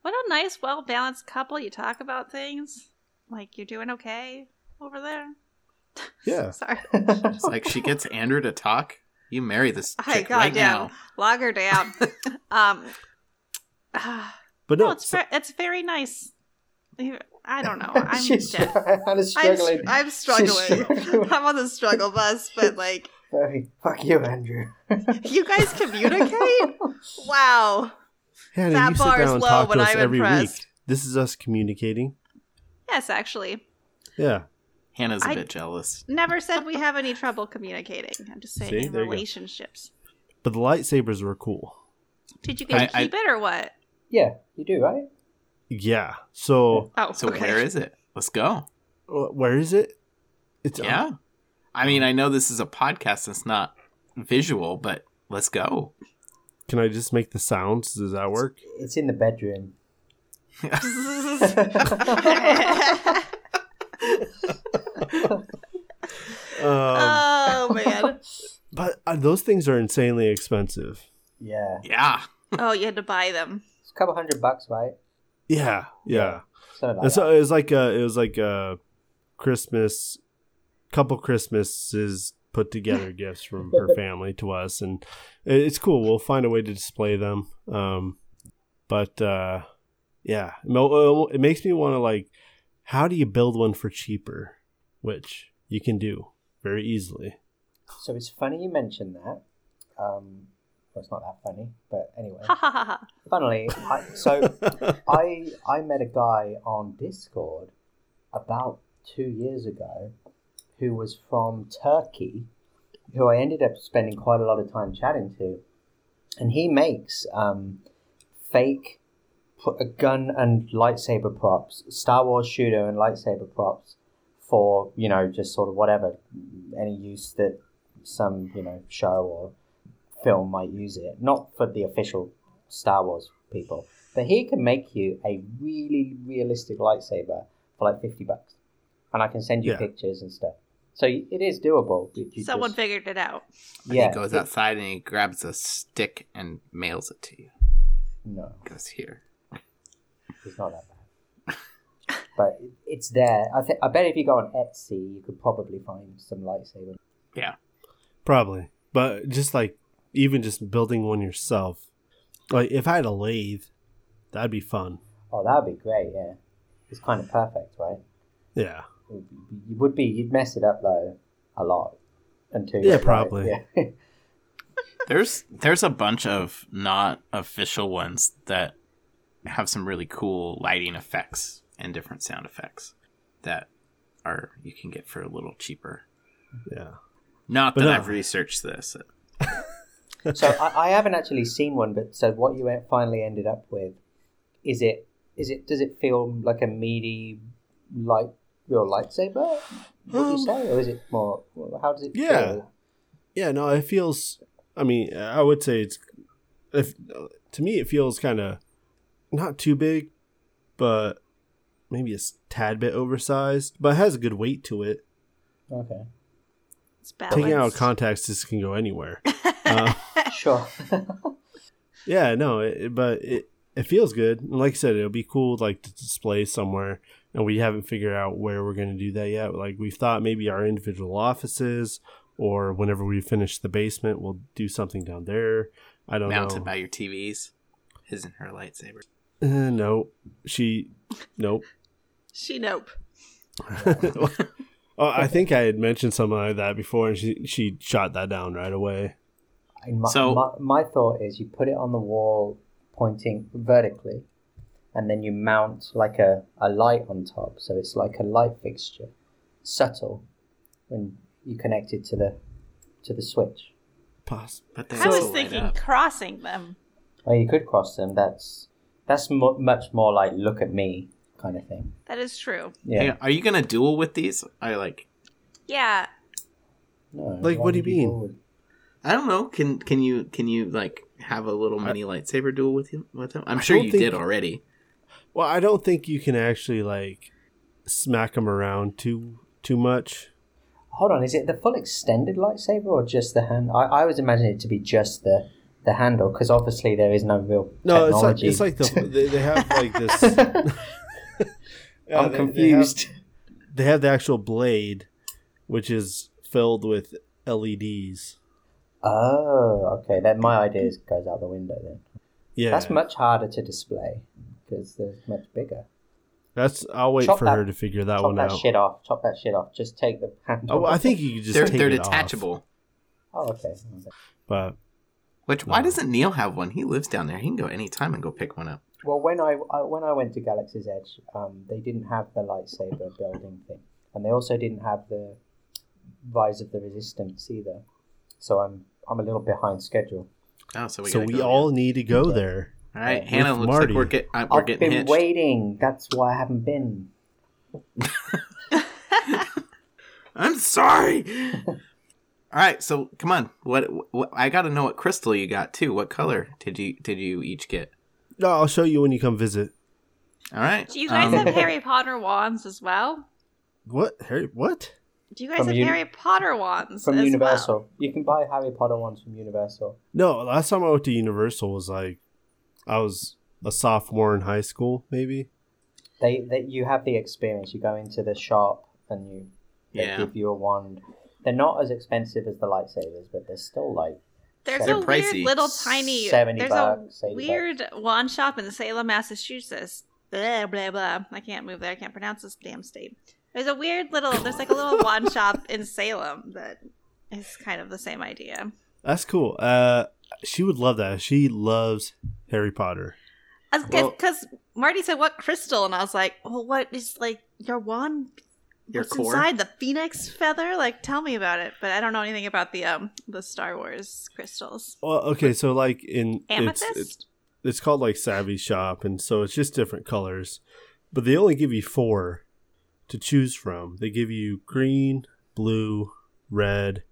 What a nice, well balanced couple. You talk about things like you're doing okay over there. Yeah. Sorry. It's It's like she gets Andrew to talk. You marry this Hey, chick right goddamn. now. Log her down. um, ah, But no, no, it's, so- ver- it's very nice. I don't know. I'm She's dead. Hannah's I'm, struggling. I'm struggling. struggling. I'm on the struggle bus, but like, Very- Fuck you, Andrew. you guys communicate? Wow. Hannah, that you sit bar down is and low, talk to but us I'm every impressed. week. This is us communicating. Yes, actually. Yeah. Hannah's a I- bit jealous. Never said we have any trouble communicating. I'm just saying See, in there you go. relationships. But the lightsabers were cool. Did you guys I- I- keep it or what? Yeah, you do, right? Yeah. So Oh, So okay. where is it? Let's go. uh, where is it? It's um, Yeah. I mean, I know this is a podcast that's not visual, but let's go. Can I just make the sounds? Does that work? It's in the bedroom. Oh, Um, Um, oh man. but uh, those things are insanely expensive. yeah. Yeah. Oh, you had to buy them. It's a couple hundred bucks, right? Yeah, yeah. Something like And that. so it was like uh it was like a Christmas, couple Christmases put together gifts from her family to us, and it- it's cool. We'll find a way to display them. Um, but uh, yeah, Mo- uh, it makes me want to like, how do you build one for cheaper? Which you can do very easily. So it's funny you mentioned that. Um, well, it's not that funny, but anyway. Ha ha ha ha. Funnily, I, so I I met a guy on Discord about two years ago who was from Turkey, who I ended up spending quite a lot of time chatting to, and he makes um, fake pr- gun and lightsaber props, Star Wars shooter and lightsaber props for you know just sort of whatever any use that some you know show or film might use it, not for the official Star Wars people. But he can make you a really realistic lightsaber for like 50 bucks. And I can send you Yeah. pictures and stuff. So it is doable. if you Someone just- figured it out. And Yeah. he goes outside and he grabs a stick and mails it to you. No, Goes here. it's not that bad. but it's there. I, th- I bet if you go on Etsy, you could probably find some lightsaber. Probably. But just like even just building one yourself. Like if I had a lathe, that'd be fun. Oh, that would be great, yeah. It's kind of perfect, right? Yeah. It would be- You would be, you'd mess it up though a lot. Until Yeah, probably. Yeah. There's there's a bunch of not official ones that have some really cool lighting effects and different sound effects that are you can get for a little cheaper. Yeah. Not But that no. I've researched this. So I, I haven't actually seen one, but so what you en- finally ended up with is it is it does it feel like a meaty light your lightsaber? Would you Um, say, or is it more? well, How does it yeah. feel? Yeah, no, it feels I mean, I would say it's if to me it feels kind of not too big, but maybe a s- tad bit oversized, but it has a good weight to it. Okay, It's balanced. Taking it out of context, this can go anywhere. Uh, sure. Yeah, no, it, it- but it it feels good. And like I said, it'll be cool like to display somewhere, and we haven't figured out where we're going to do that yet. Like we thought maybe our individual offices or whenever we finish the basement, we'll do something down there. I don't mounted know. by your TVs. His and her lightsaber. Uh, no, she, nope. she nope. oh, I think I had mentioned something like that before, and she she shot that down right away. And my, So- my, my thought is you put it on the wall pointing vertically, and then you mount like a, a light on top, so it's like a light fixture, subtle, when you connect it to the to the switch. Poss- But they I also was light thinking up. crossing them. Oh, you could cross them. That's that's mu much more like look at me kind of thing. That is true. Yeah. Hey, are you gonna duel with these? I like Yeah. No, Like, why what do would you mean? would? I don't know. Can can you can you like have a little mini lightsaber duel with him with him? I'm I sure don't you think- did already. Well, I don't think you can actually like smack them around too too much. Hold on, is it the full extended lightsaber or just the hand? I, I was imagining it to be just the the handle because obviously there is no real No, it's like technology. it's like the they, they have like this. I'm Yeah, they- They confused. have, they have the actual blade, which is filled with E LEDs. Oh, okay. Then my idea goes out the window then. Yeah, That's much harder to display because they're much bigger. That's. I'll wait Chop for that- her to figure that Chop one that out. shit off. Chop that shit off. Just take the handle. Oh, I think you could just they're take they're it off, detachable. Oh, okay. but Which why doesn't Neil have one? He lives down there. He can go anytime and go pick one up. Well, when I, I when I went to Galaxy's Edge, um, they didn't have the lightsaber building thing, and they also didn't have the Rise of the Resistance either. So I'm I'm a little behind schedule. Oh, so we so gotta we go, all Neil. need to go there. all right. with Hannah looks Marty. like we're, get, uh, we're I've getting been hitched. waiting. That's why I haven't been. I'm sorry. all right, so come on. What, what I got to know what crystal you got too. What color did you did you each get? No, I'll show you when you come visit. All right. Do you guys um, have Harry Potter wands as well? What? Harry? What? Do you guys From have uni- Harry Potter wands From as Universal, Well? you can buy Harry Potter ones from Universal. No, last time I went to Universal was like, I was a sophomore in high school, maybe. They that you have the experience. You go into the shop and you they Yeah. give you a wand. They're not as expensive as the lightsabers, but they're still like There's They're a pricey. weird little tiny. 70 There's bucks, a 80 weird wand shop in Salem, Massachusetts. Blah blah blah. I can't move there. I can't pronounce this damn state. There's a weird little. There's like a little wand shop in Salem that is kind of the same idea. That's cool. Uh, she would love that. She loves Harry Potter. Well- Because Marty said, "What crystal?" and I was like, "Well, what is like your wand? Your what's core? inside the phoenix feather? Like, tell me about it." But I don't know anything about the um the Star Wars crystals. Well, okay, so like in it's, Amethyst. it's it's called like Savvy Shop, and so it's just different colors, but they only give you four to choose from. They give you green, blue, red,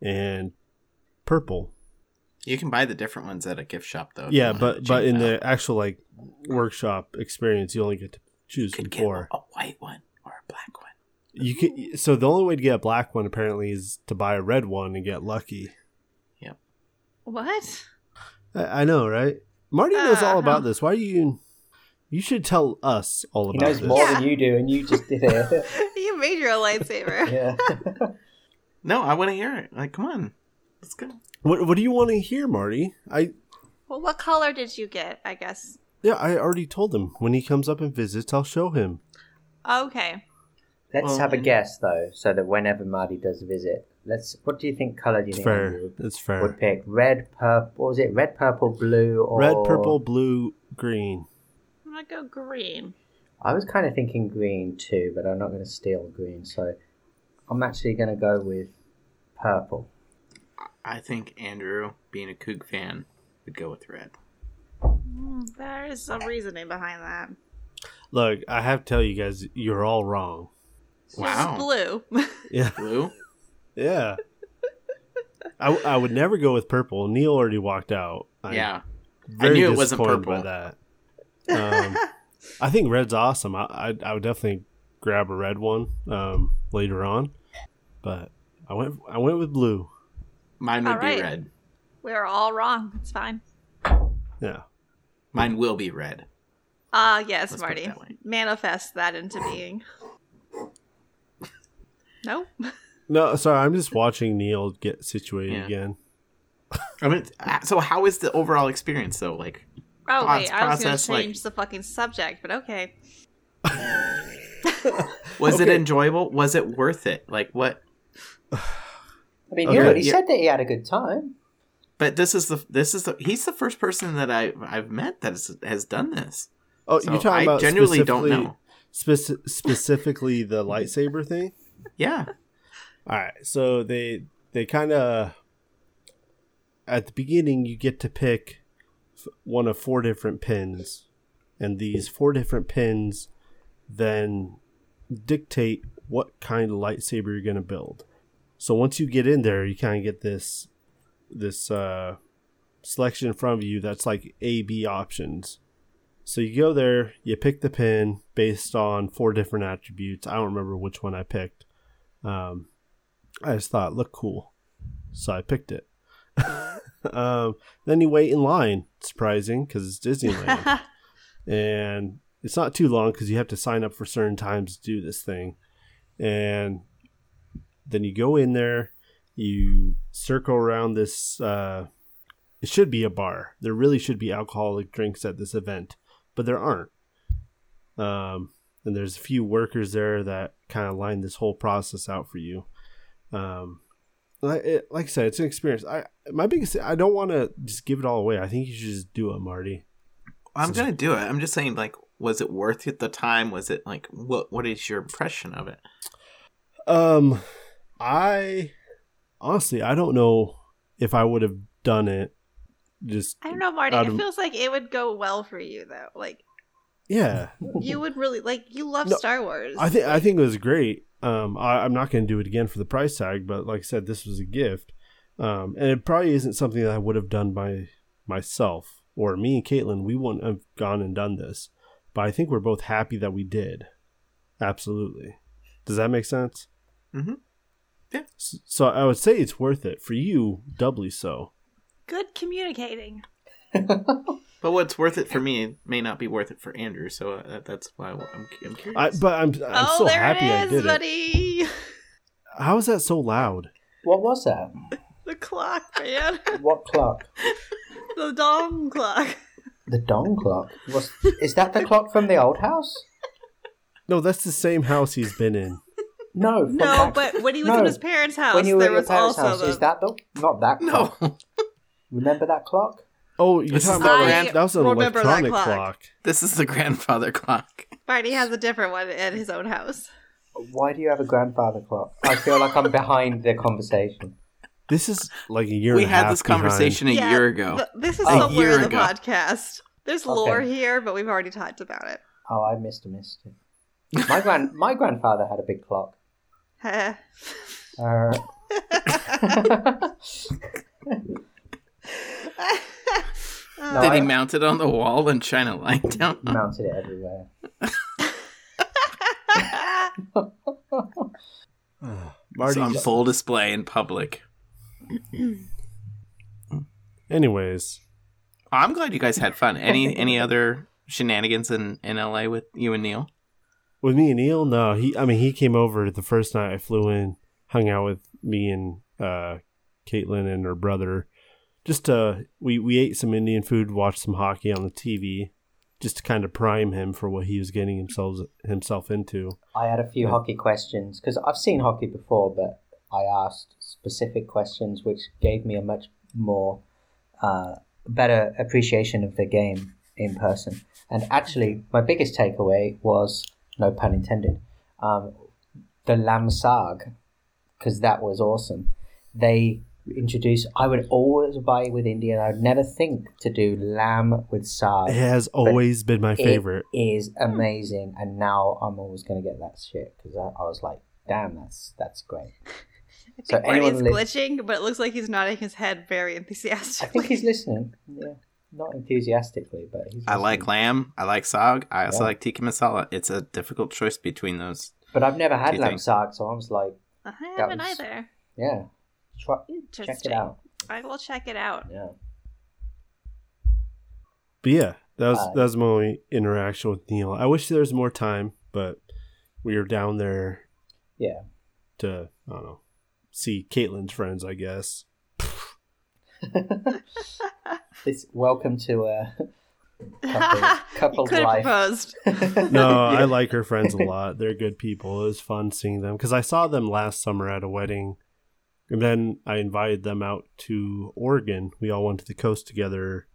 and purple. You can buy the different ones at a gift shop though. if you yeah, wanna but change but in it up. the actual like workshop experience, you only get to choose You from could get four. a white one or a black one. You can so the only way to get a black one apparently is to buy a red one and get lucky. what? I, I know, right? Marty knows all Uh, Uh-huh. huh. about this. Why are you? You should tell us all He about knows this. more Yeah. than you do, and you just did it. you made your own lightsaber. yeah. No, I want to hear it. Like, come on, let's go. What What do you want to hear, Marty? I Well, what color did you get? I guess. Yeah, I already told him. When he comes up and visits, I'll show him. Okay. Let's Well, have a and- guess though, so that whenever Marty does visit, let's. What do you think color do you It's think fair. you It's would fair. pick? Red, purple. What was it? Red, purple, blue, or Red, purple, blue, green. I'm gonna go green. I was kind of thinking green too, but I'm not going to steal green, so I'm actually going to go with purple. I think Andrew, being a Coug fan, would go with red. Mm, There is some reasoning behind that. Look, I have to tell you guys, you're all wrong. Wow, It's blue. Yeah, blue. yeah. I, I would never go with purple. Neil already walked out. I'm Yeah, very knew it wasn't disappointed purple. By that. Um, I think red's awesome. I, I I would definitely grab a red one um, later on, but I went I went with blue. mine would All right. be red. we are all wrong. It's fine. Yeah. Mine will be red. Ah, yes, Let's put it Marty. that way. Manifest that into being. no. No, sorry. I'm just watching Neil get situated Yeah. again. I mean, uh, so how is the overall experience though? Like, Oh Thoughts, wait, I was process, gonna like- change the fucking subject, but okay. was it Okay. enjoyable? Was it worth it? Like, what? I mean, Okay. he already Yeah. said that he had a good time. But this is the this is the he's the first person that I I've met that has, has done this. Oh, So you're talking I about genuinely don't specifically- know. speci- specifically the lightsaber thing. Yeah, All right, so they they kind of at the beginning you get to pick f- one of four different pins, and these four different pins then dictate what kind of lightsaber you're going to build. So once you get in there, you kind of get this this uh, selection in front of you that's like A B options. So you go there, you pick the pin based on four different attributes. I don't remember which one I picked. Um, I just thought it looked cool, so I picked it. um, then you wait in line, surprising because it's Disneyland and it's not too long because you have to sign up for certain times to do this thing and Then you go in there, you circle around this. Uh, it should be a bar. There really should be alcoholic drinks at this event, but there aren't. Um, and there's a few workers there that kind of line this whole process out for you. Um, like, it, like I said, it's an experience. I my biggest I don't want to just give it all away. I think you should just do it, Marty. I'm gonna do it. I'm just saying, like, was it worth it the time? Was it like what? What is your impression of it? Um, I honestly I don't know if I would have done it. Just I don't know, Marty. Out it of- feels like it would go well for you though. Like yeah, you would really like you love No, Star Wars. I think I think it was great. Um, I, I'm not going to do it again for the price tag, but like I said, this was a gift, um, and it probably isn't something that I would have done by myself or me and Caitlin. We wouldn't have gone and done this, but I think we're both happy that we did. Absolutely. Does that make sense? Mhm. Yeah. S- So I would say it's worth it for you, doubly so. Good communicating. But what's worth it for me may not be worth it for Andrew. So uh, that- that's why I'm, I'm curious. I, but I'm I'm oh, so there happy I it is, did it. buddy. How is that so loud? What was that? The clock, man. What clock? the dong clock. The dawn clock. Was is that the clock from the old house? No, that's the same house he's been in. No. from No, back- but when he was No. in his parents' house, when you were there in your was parents' also house, the. is that the not that clock? no, Remember that clock? Oh, you're This is talking the about grand- like, that was an remember that electronic clock. clock. this is the grandfather clock. Marty has a different one at his own house. Why do you have a grandfather clock? I feel like I'm behind the conversation. This is like a year. we and a had half this conversation a Yeah, year ago. Th- this is A year somewhere in the ago. podcast. There's Okay. lore here, but we've already talked about it. Oh, I missed a missed it. My grand my grandfather had a big clock. Heh. Uh, No, Did I- he mount it on the wall and shine a light down? on- mounted it everywhere. behind. It's Marty. on just- full display in public. anyways, I'm glad you guys had fun. Any any other shenanigans in in LA with you and Neil? with me and Neil, no, he. I mean, he came over the first night I flew in, hung out with me and uh, Caitlin and her brother. Just uh, we we ate some Indian food, watched some hockey on the TV, just to kind of prime him for what he was getting himself himself into. I had a few hockey questions because I've seen hockey before, but I asked specific questions, which gave me a much more uh, better appreciation of the game in person. And actually, my biggest takeaway was no pun intended, um, the Lamsag, because that was awesome. They introduced. I would always buy with Indian. I would never think to do lamb with It sag. has always been my favorite. It is amazing, and now I'm always going to get that shit because I, I was like, damn, that's that's great. So I think Marty's anyone li- glitching, but it looks like he's nodding his head very I think enthusiastically. he's listening. Yeah, not enthusiastically, but he's I like listening. lamb. I like sog. I also Yeah. like tikka masala. It's a difficult choice between those. But I've never had Do you lamb think? sark, so I was like, I That haven't was- either. yeah, try, check Interesting. it out. I will check it out. Yeah, But yeah, that was Uh, that was my only interaction with Neil. I wish there was more time, but we were down there yeah. to I don't know see Caitlin's friends, I guess. It's welcome to uh, a You couple, couple's could have life. proposed. No, I like her friends a lot. They're good people. It was fun seeing them because I saw them last summer at a wedding, and then I invited them out to Oregon. We all went to the coast together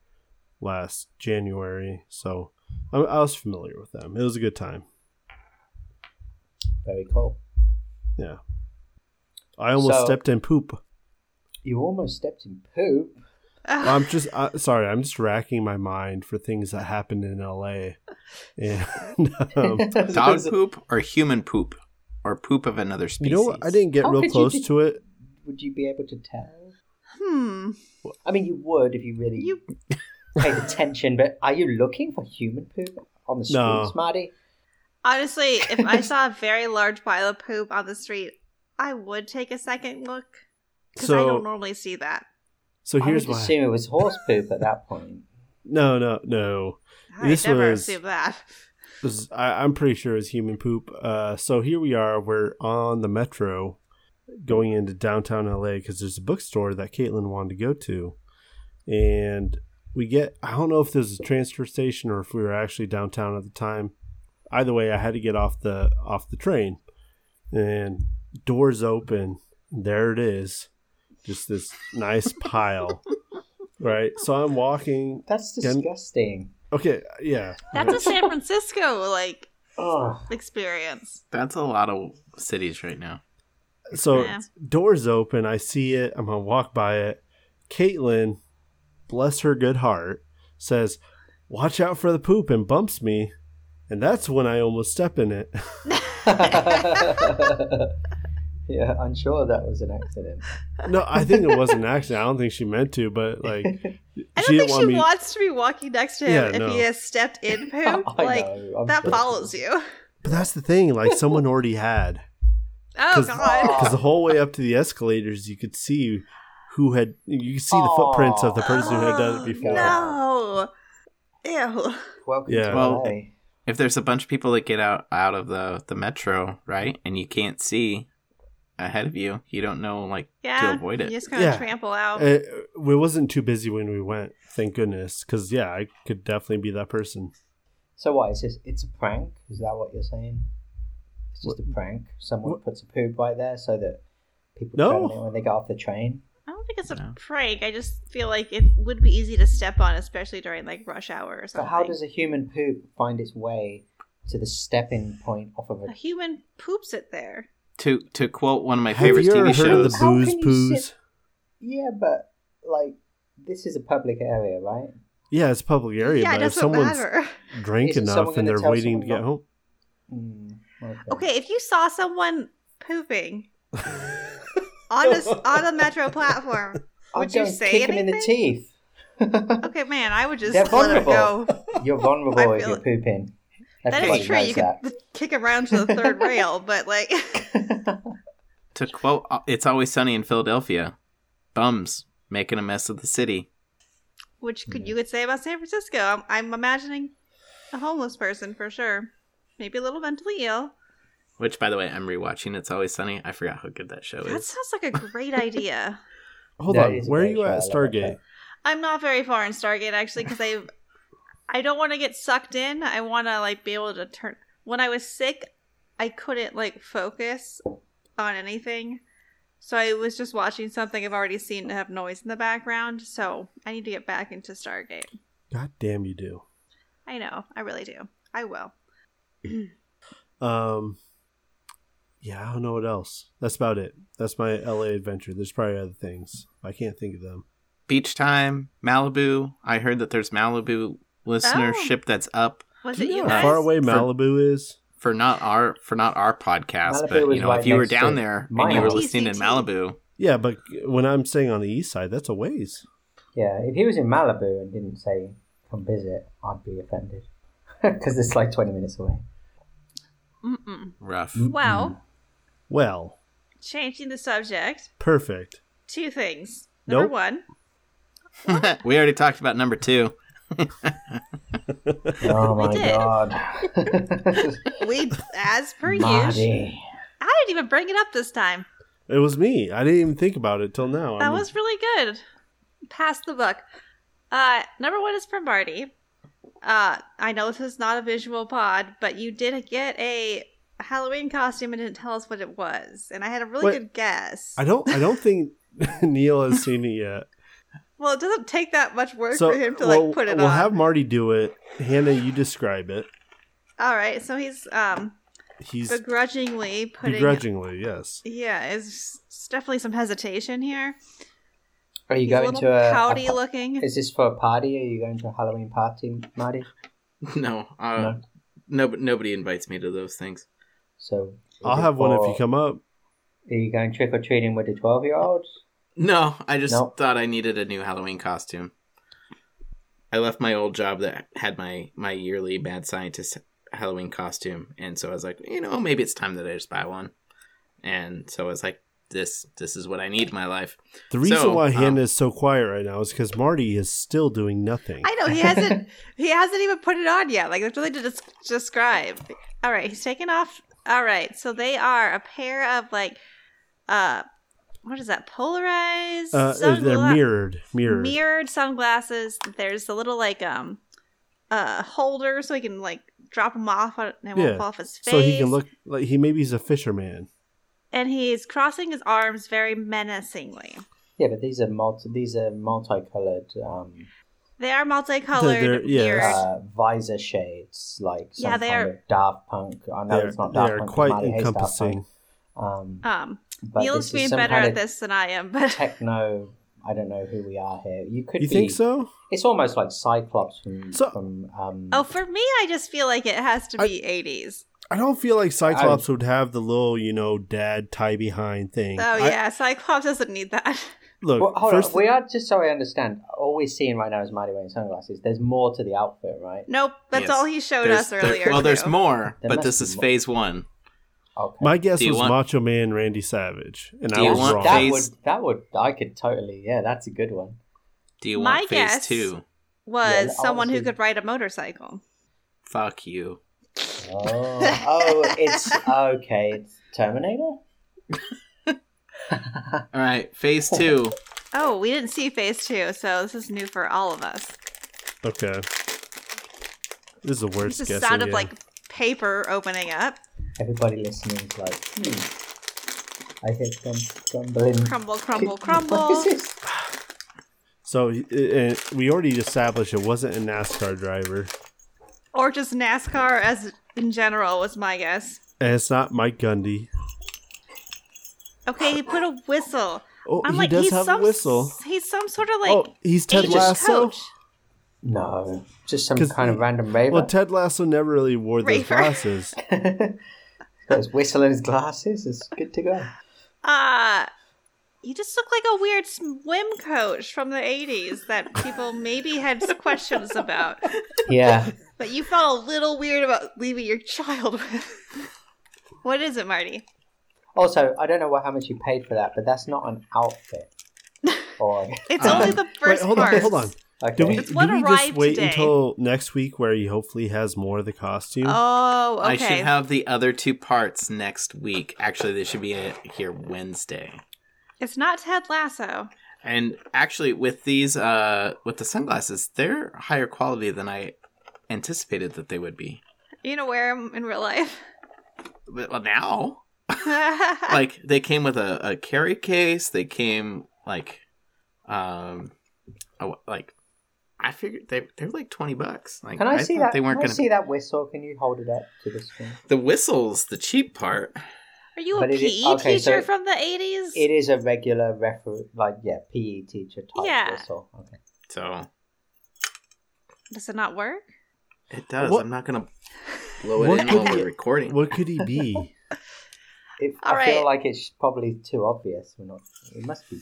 last January, so I, I was familiar with them. It was a good time. Very cool. Yeah, I almost So- stepped in poop. You almost stepped in poop. I'm just uh, sorry. I'm just racking my mind for things that happened in L.A. And um, Oh. Dog poop or human poop or poop of another species. you know what? I didn't get How real could you close do- to it. Would you be able to tell? hmm. I mean, you would if you really You paid attention, but are you looking for human poop on the streets, No. Marty? honestly, if I saw a very large pile of poop on the street, I would take a second look because I don't So normally see that. so here's I would why. assume it was horse poop at that point. No, no, no. I This never was- assume that. This is, I, I'm pretty sure it's human poop. Uh, so here we are. We're on the metro, going into downtown LA because there's a bookstore that Caitlin wanted to go to, and we get I don't know if there's a transfer station or if we were actually downtown at the time. Either way, I had to get off the off the train, and doors open. There it is, just this nice pile, right? So I'm walking. That's Can- disgusting. Okay, yeah, That's a San Francisco like Oh, experience. That's a lot of cities right now. So Yeah. doors open, I see it, I'm gonna walk by it. Caitlin, bless her good heart, says, Watch out for the poop and bumps me. And that's when I almost step in it. yeah, I'm sure that was an accident. no, I think it was an accident. I don't think she meant to, but like I don't she didn't think she want me wants to be walking next to him Yeah, if no. Oh he has stepped in poop. I like know, I'm that sure. follows you. But that's the thing, like someone already had. Oh 'Cause- god. Because the whole way up to the escalators you could see who had you could see the footprints of the person who had done Oh, it before. No. Ew. Welcome Yeah. to Well- LA. If there's a bunch of people that get out out of the the metro, right, and you can't see ahead of you, you don't know like Yeah. avoid it. You just kind Yeah. of trample out. Uh, we wasn't too busy when we went, thank goodness. Because yeah, I could definitely be that person. So what is this? It's a prank. Is that what you're saying? It's just a prank. Someone What? puts a poop right there so that people No. don't know when they get off the train. I don't think it's a No. prank. I just feel like it would be easy to step on, especially during like rush hour or But something. how does a human poop find its way to the stepping point off of a a? human poops it there? To to quote one of my Have favorite you ever TV heard shows, of the How can booze you poos? sit- Yeah, but like this is a public area, right? Yeah, it's a public area, yeah, it but if doesn't someone's matter. drank Isn't enough someone and gonna they're tell waiting to get someone home, Mm, okay. Okay, if you saw someone pooping on a s- on a metro platform, I'll would go you and say kick them in the anything? teeth? Okay, man, I would just They're let it go. vulnerable. You're vulnerable I if feel you're pooping. That Everybody is true. knows You could kick around to the third rail, but like, that. to quote, uh, "It's always sunny in Philadelphia." Bums making a mess of the city. which could you could say about San Francisco? I'm, I'm imagining a homeless person for sure, maybe a little mentally ill. Which, by the way, I'm rewatching. It's always sunny. I forgot how good that show That is. sounds like a great idea. hold That on, is a where are great you at, show, I love that Stargate? I'm not very far in Stargate actually because I I don't want to get sucked in. I want to like be able to turn. When I was sick, I couldn't like focus on anything, so I was just watching something I've already seen to have noise in the background. So I need to get back into Stargate. God damn, you do. I know, I really do. I will. Um, yeah, I don't know what else. That's about it. That's my LA adventure. There's probably other things. I can't think of them. Beach time, Malibu. I heard that there's Malibu listenership Oh. that's up Was Do it you you know guys? how far away For- Malibu is? for not our for not our podcast, Malibu but is you know, right if you were next down to there my and you were house. listening in TCT. Malibu, Yeah, but when I'm saying on the east side, that's a ways. Yeah, if he was in Malibu and didn't say come visit, I'd be offended because it's like twenty minutes away. Mm-mm. rough. Well, Well, changing the subject. perfect. Two things. Number Nope. one, we already talked about number two. Oh We my did. god, we as per usual. Marty. I didn't even bring it up this time. It was me. I didn't even think about it till now. That I'm- was really good. Pass the book. Uh, number one is from Marty. Uh, I know this is not a visual pod, but you did get a Halloween costume and didn't tell us what it was, and I had a really Wait. good guess. I don't. I don't think Neil has seen it yet. well, it doesn't take that much work So for him to we'll, like put it we'll on. have Marty do it. Hannah, you describe it. All right, so he's um He's begrudgingly putting. begrudgingly, yes. Yeah, it's it's definitely some hesitation here. Are you He's a going little to a, a pouty pa- looking. Is this for a party? Are you going to a Halloween party, Marty? No, uh, No. no. nobody invites me to those things. So is I'll it have one if for- you come up. Are you going trick or treating with the twelve-year-olds? No, I just Nope. thought I needed a new Halloween costume. I left my old job that had my my yearly mad scientist Halloween costume, and so I was like, you know, maybe it's time that I just buy one. And so I was like, this this is what I need in my life. The reason So, why um, Hannah is so quiet right now is because Marty is still doing nothing. I know he hasn't. he hasn't even put it on yet. Like there's nothing to des- describe. All right, he's taking off. All right, so they are a pair of like uh, what is that? Polarized. Uh, they're sungla- mirrored, mirrored. mirrored sunglasses. There's a little like um, uh, holder so he can like drop them off on- and it won't Yeah, fall off his face. so he can look like he maybe he's a fisherman. And he's crossing his arms very menacingly. Yeah, but these are multi these are multicolored um, They are multicolored. They're- they're- yes. mirrored. uh, visor shades, like some Yeah, kind they're- of Daft Punk. I know They're, it's not they Daft are Punk. but quite Miley hates Daft encompassing. Punk. Um, um, but Neil's this is being some better kind at of this than I am, but Techno. I don't know who we are here. You could You be. think so? It's almost like Cyclops from. So- from um, oh, for me, I just feel like it has to I- be 80s. I don't feel like Cyclops would have the little, you know, dad tie behind thing. Oh I- yeah, Cyclops doesn't need that. look, Well, hold first on. We are just so I understand. All we're seeing right now is Marty wearing sunglasses. There's more to the outfit, right? Nope, Oh, that's Yes. all he showed There's- us there- earlier. well, there's too. more, There but must this be is more. phase one. Okay. my guess Do you was want- Macho Man Randy Savage, and Do I you was want wrong. that phase- would that would I could totally yeah. That's a good one. Do you My want phase guess- two? Was Yeah, someone who honestly- could ride a motorcycle. Fuck you. Oh, oh it's okay. It's Terminator. All right, phase two. Oh, we didn't see phase two, so this is new for all of us. Okay, this is the This worst just guess. sounded again. like paper opening up. Everybody listening is like, hmm. I hear crum- crumbling. Crumble, crumble, What crumble. is this? so. uh, uh, we already established it wasn't a NASCAR driver, or just NASCAR as in general was my guess. and it's not Mike Gundy. Okay, he put a whistle. Oh, I'm he like, does he's have some a whistle. he's some sort of like oh, he's Ted agent Lasso. coach. No, just some 'Cause kind of the- random raver. Well, Ted Lasso never really wore those Raver. glasses. Got his whistle and his glasses. It's good to go. Uh you just look like a weird swim coach from the 80s that people maybe had questions about. Yeah. But you felt a little weird about leaving your child with. What is it, Marty? Also, I don't know what, how much you paid for that, but that's not an outfit. Or It's Um, only the Wait, first hold part. on, hold on. okay. Do we, It's do what we just arrived wait today. until next week where he hopefully has more of the costume? Oh, okay. I should have the other two parts next week. Actually, they should be uh, here Wednesday. It's not Ted Lasso. And actually, with these, uh, with the sunglasses, they're higher quality than I anticipated that they would be. You know where I'm in real life. But well, now, like they came with a, a carry case. They came like, um, a- like I figured they they're like twenty bucks. Like Can I, see thought that? They weren't Can I gonna see that whistle? Can you hold it up to the screen? the whistles, the cheap part. Are you a But it PE is- okay, so teacher from the 80s? It is a regular referee, like yeah, PE teacher type Yeah. whistle. Okay. So Does it not work? it does. What- I'm not gonna blow it What in could while he- we're recording. What could he be? It, All I feel right. like it's probably too obvious. We're not. It must be.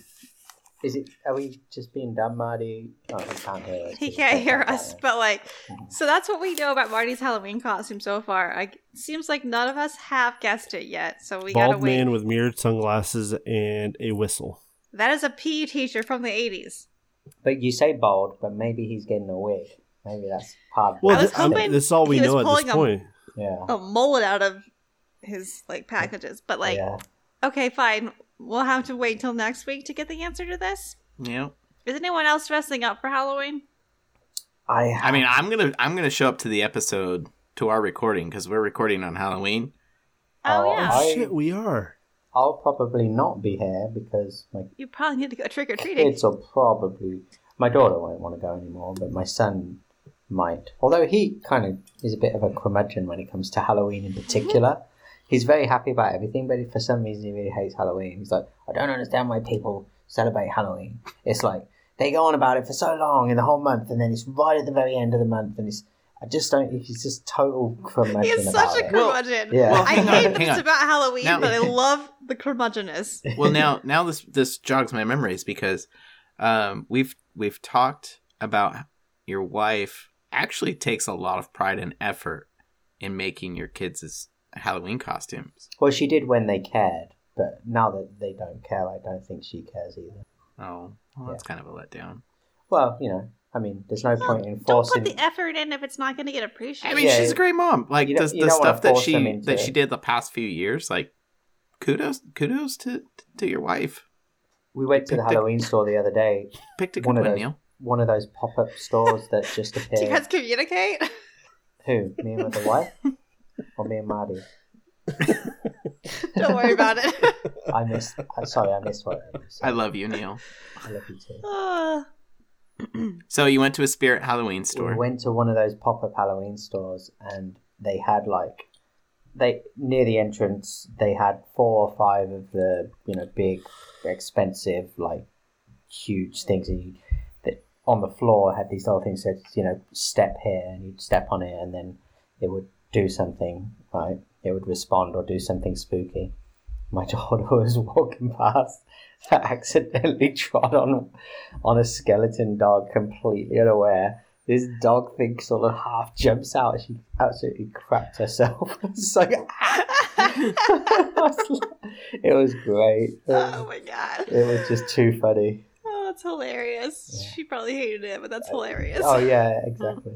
Is it? Are we just being dumb, Marty? Oh, he can't hear us. He can't hear us, but like, Mhm. so that's what we know about Marty's Halloween costume so far. I seems like none of us have guessed it yet, so we gotta Bald wait. man with mirrored sunglasses and a whistle. That is a PE teacher from the 80s. But you say bald, but maybe he's getting a wig. Maybe that's part. of Well, I the was th- I'm- hoping this is all we he was know at pulling this a- point. yeah. A mullet out of his like packages, but like, yeah. okay, fine. We'll have to wait till next week to get the answer to this. Yeah. Is anyone else dressing up for Halloween? I. I mean, I'm gonna I'm gonna show up to the episode to our recording because we're recording on Halloween. Oh, Oh, yeah, I- Shit, we are. I'll probably not be here because my you probably need to go trick or treating. kids will probably. My daughter won't want to go anymore, but my son might. Although he kind of is a bit of a curmudgeon when it comes to Halloween in particular. Mm-hmm. He's very happy about everything, but for some reason he really hates Halloween. He's like, I don't understand why people celebrate Halloween. It's like they go on about it for so long in the whole month, and then it's right at the very end of the month, and it's I just don't. He's just total curmudgeon He is about such a it. Well, curmudgeon. yeah. Well, I hang on, hate that hang it's on. about Halloween, Now- but I love the curmudgeonness. Well, now now this this jogs my memories because um, we've we've talked about your wife actually takes a lot of pride and effort in making your kids' Halloween costumes. Well, she did when they cared, but now that they don't care, I don't think she cares either. Oh, well, that's kind of a letdown. Well, you know, I mean, there's no point in Don't put forcing. the effort in if it's not going to get I appreciated. mean, Yeah, she's a great mom. Like you don't- the, you the don't wanna stuff that force them she into that it. she did the past few years, like kudos kudos to to your wife. We went to the Picked a- Halloween store the other day. Picked a good One of one, those. Neil. One of those pop up stores that just appear. Do you guys communicate? Who? Me and the wife? Or me and Marty? Don't worry about it. I missed. I- Sorry, I missed one. I love you, Neil. I love you too. Uh, So you went to a spirit Halloween We store. went to one of those pop up Halloween stores and they had like they near the entrance they had four or five of the you know big expensive like huge things and you that on the floor had these little things that said you know step here and you'd step on it and then it would do something right it would respond or do something spooky my daughter was walking past that accidentally trod on on a skeleton dog completely unaware. This dog thing sort of half jumps out. She absolutely crapped herself. it's like, it was great. It oh was, my god. it was just too funny. Oh, that's hilarious. She probably hated it, but that's hilarious. Oh yeah, Oh, exactly.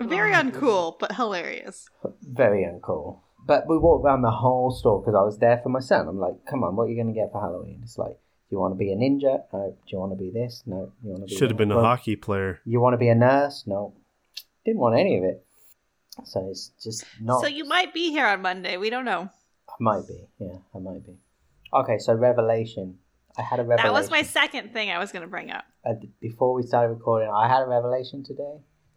Very uncool, but hilarious. Very uncool. But we walked around the whole store because I was there for my son. I'm like, come on, what are you going to get for Halloween? It's like, do you want to be a ninja? No. Do you want to be this? No. You want to be Should have that? been a Well, hockey player. You want to be a nurse? No. Didn't want any of it. So it's just not. So you might be here on Monday. We don't know. I might be. Yeah, I might be. Okay, so Revelation. I had a revelation. That was my second thing I was going to bring up. Uh, before we started recording, I had a revelation today.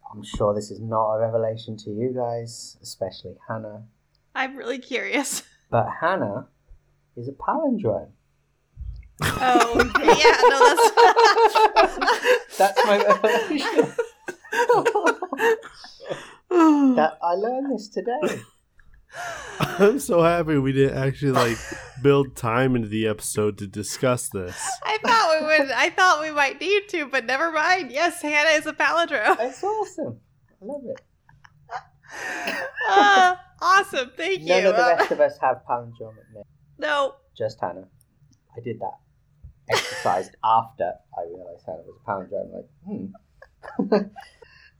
I'm sure this is not a revelation to you guys, especially Hannah. I'm really curious. But Hannah is a palindrome. Oh, yeah, no, that's. That's my revelation. That that I learned this today. I'm so happy we didn't actually like build time into the episode to discuss this. I thought we would. I thought we might need to, but never mind. Yes, Hannah is a palindrome. It's awesome. I love it. Uh, awesome. Thank you. None of the Uh, rest of us have palindromic names. no. Just Hannah. I did that exercise after I realised Hannah was a palindrome. Like, hmm.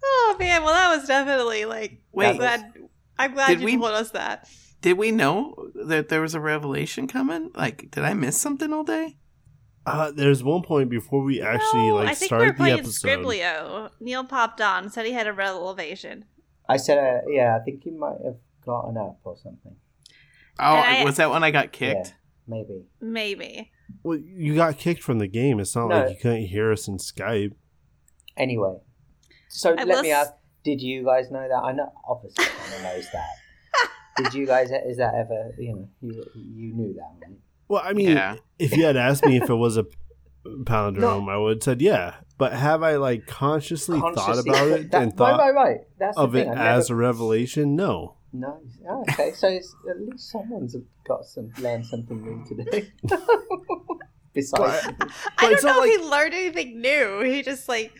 Oh man. Well, that was definitely like. Wait. I'm glad, I'm glad Did you we- told us that. did we know that there was a revelation coming? Like, did I miss something all day? Uh, there's one point before we actually No, I like think we were started the playing episode. Scriblio. Neil popped on, and said he had a revelation. I said, uh, yeah, I think you might have gotten up or something. Oh, And I- was that when I got kicked? Yeah, maybe. Maybe. Well, you got kicked from the game. It's not No. like you couldn't hear us in Skype. Anyway, so I let will me s- ask: Did you guys know that? I know, obviously, Hannah knows that. Did you guys? Is that ever? You know, you you knew that. Right? Well, I mean, Yeah. if you had asked me if it was a palindrome, I would have said yeah. But have I like consciously, Consciously- thought about it That- and thought right, right, right. That's of the it thing. I as never, a revelation? No. no. Oh, okay, so it's, at least someone's got some learned something new today. Besides, I it's don't know not if he learned anything new. He just like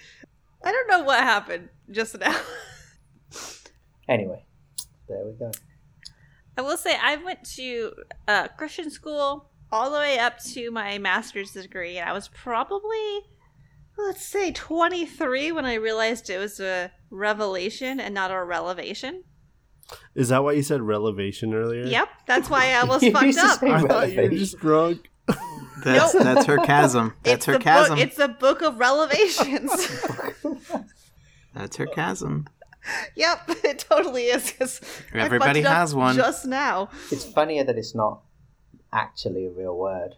I don't know what happened just now. anyway, there we go. I will say I went to uh, Christian school all the way up to my master's degree, and I was probably let's say 23 when I realized it was a revelation and not a relevation. Is that why you said relevation earlier? Yep, that's why I almost You fucked used to up. say I thought you were relevation. just drunk. That's Nope. that's her chasm. That's it's her the chasm. Book, it's a book of relevations. That's her chasm. yep, it totally is. 'cause I Everybody fucked it up has one. Just now, It's funnier that it's not actually a real word,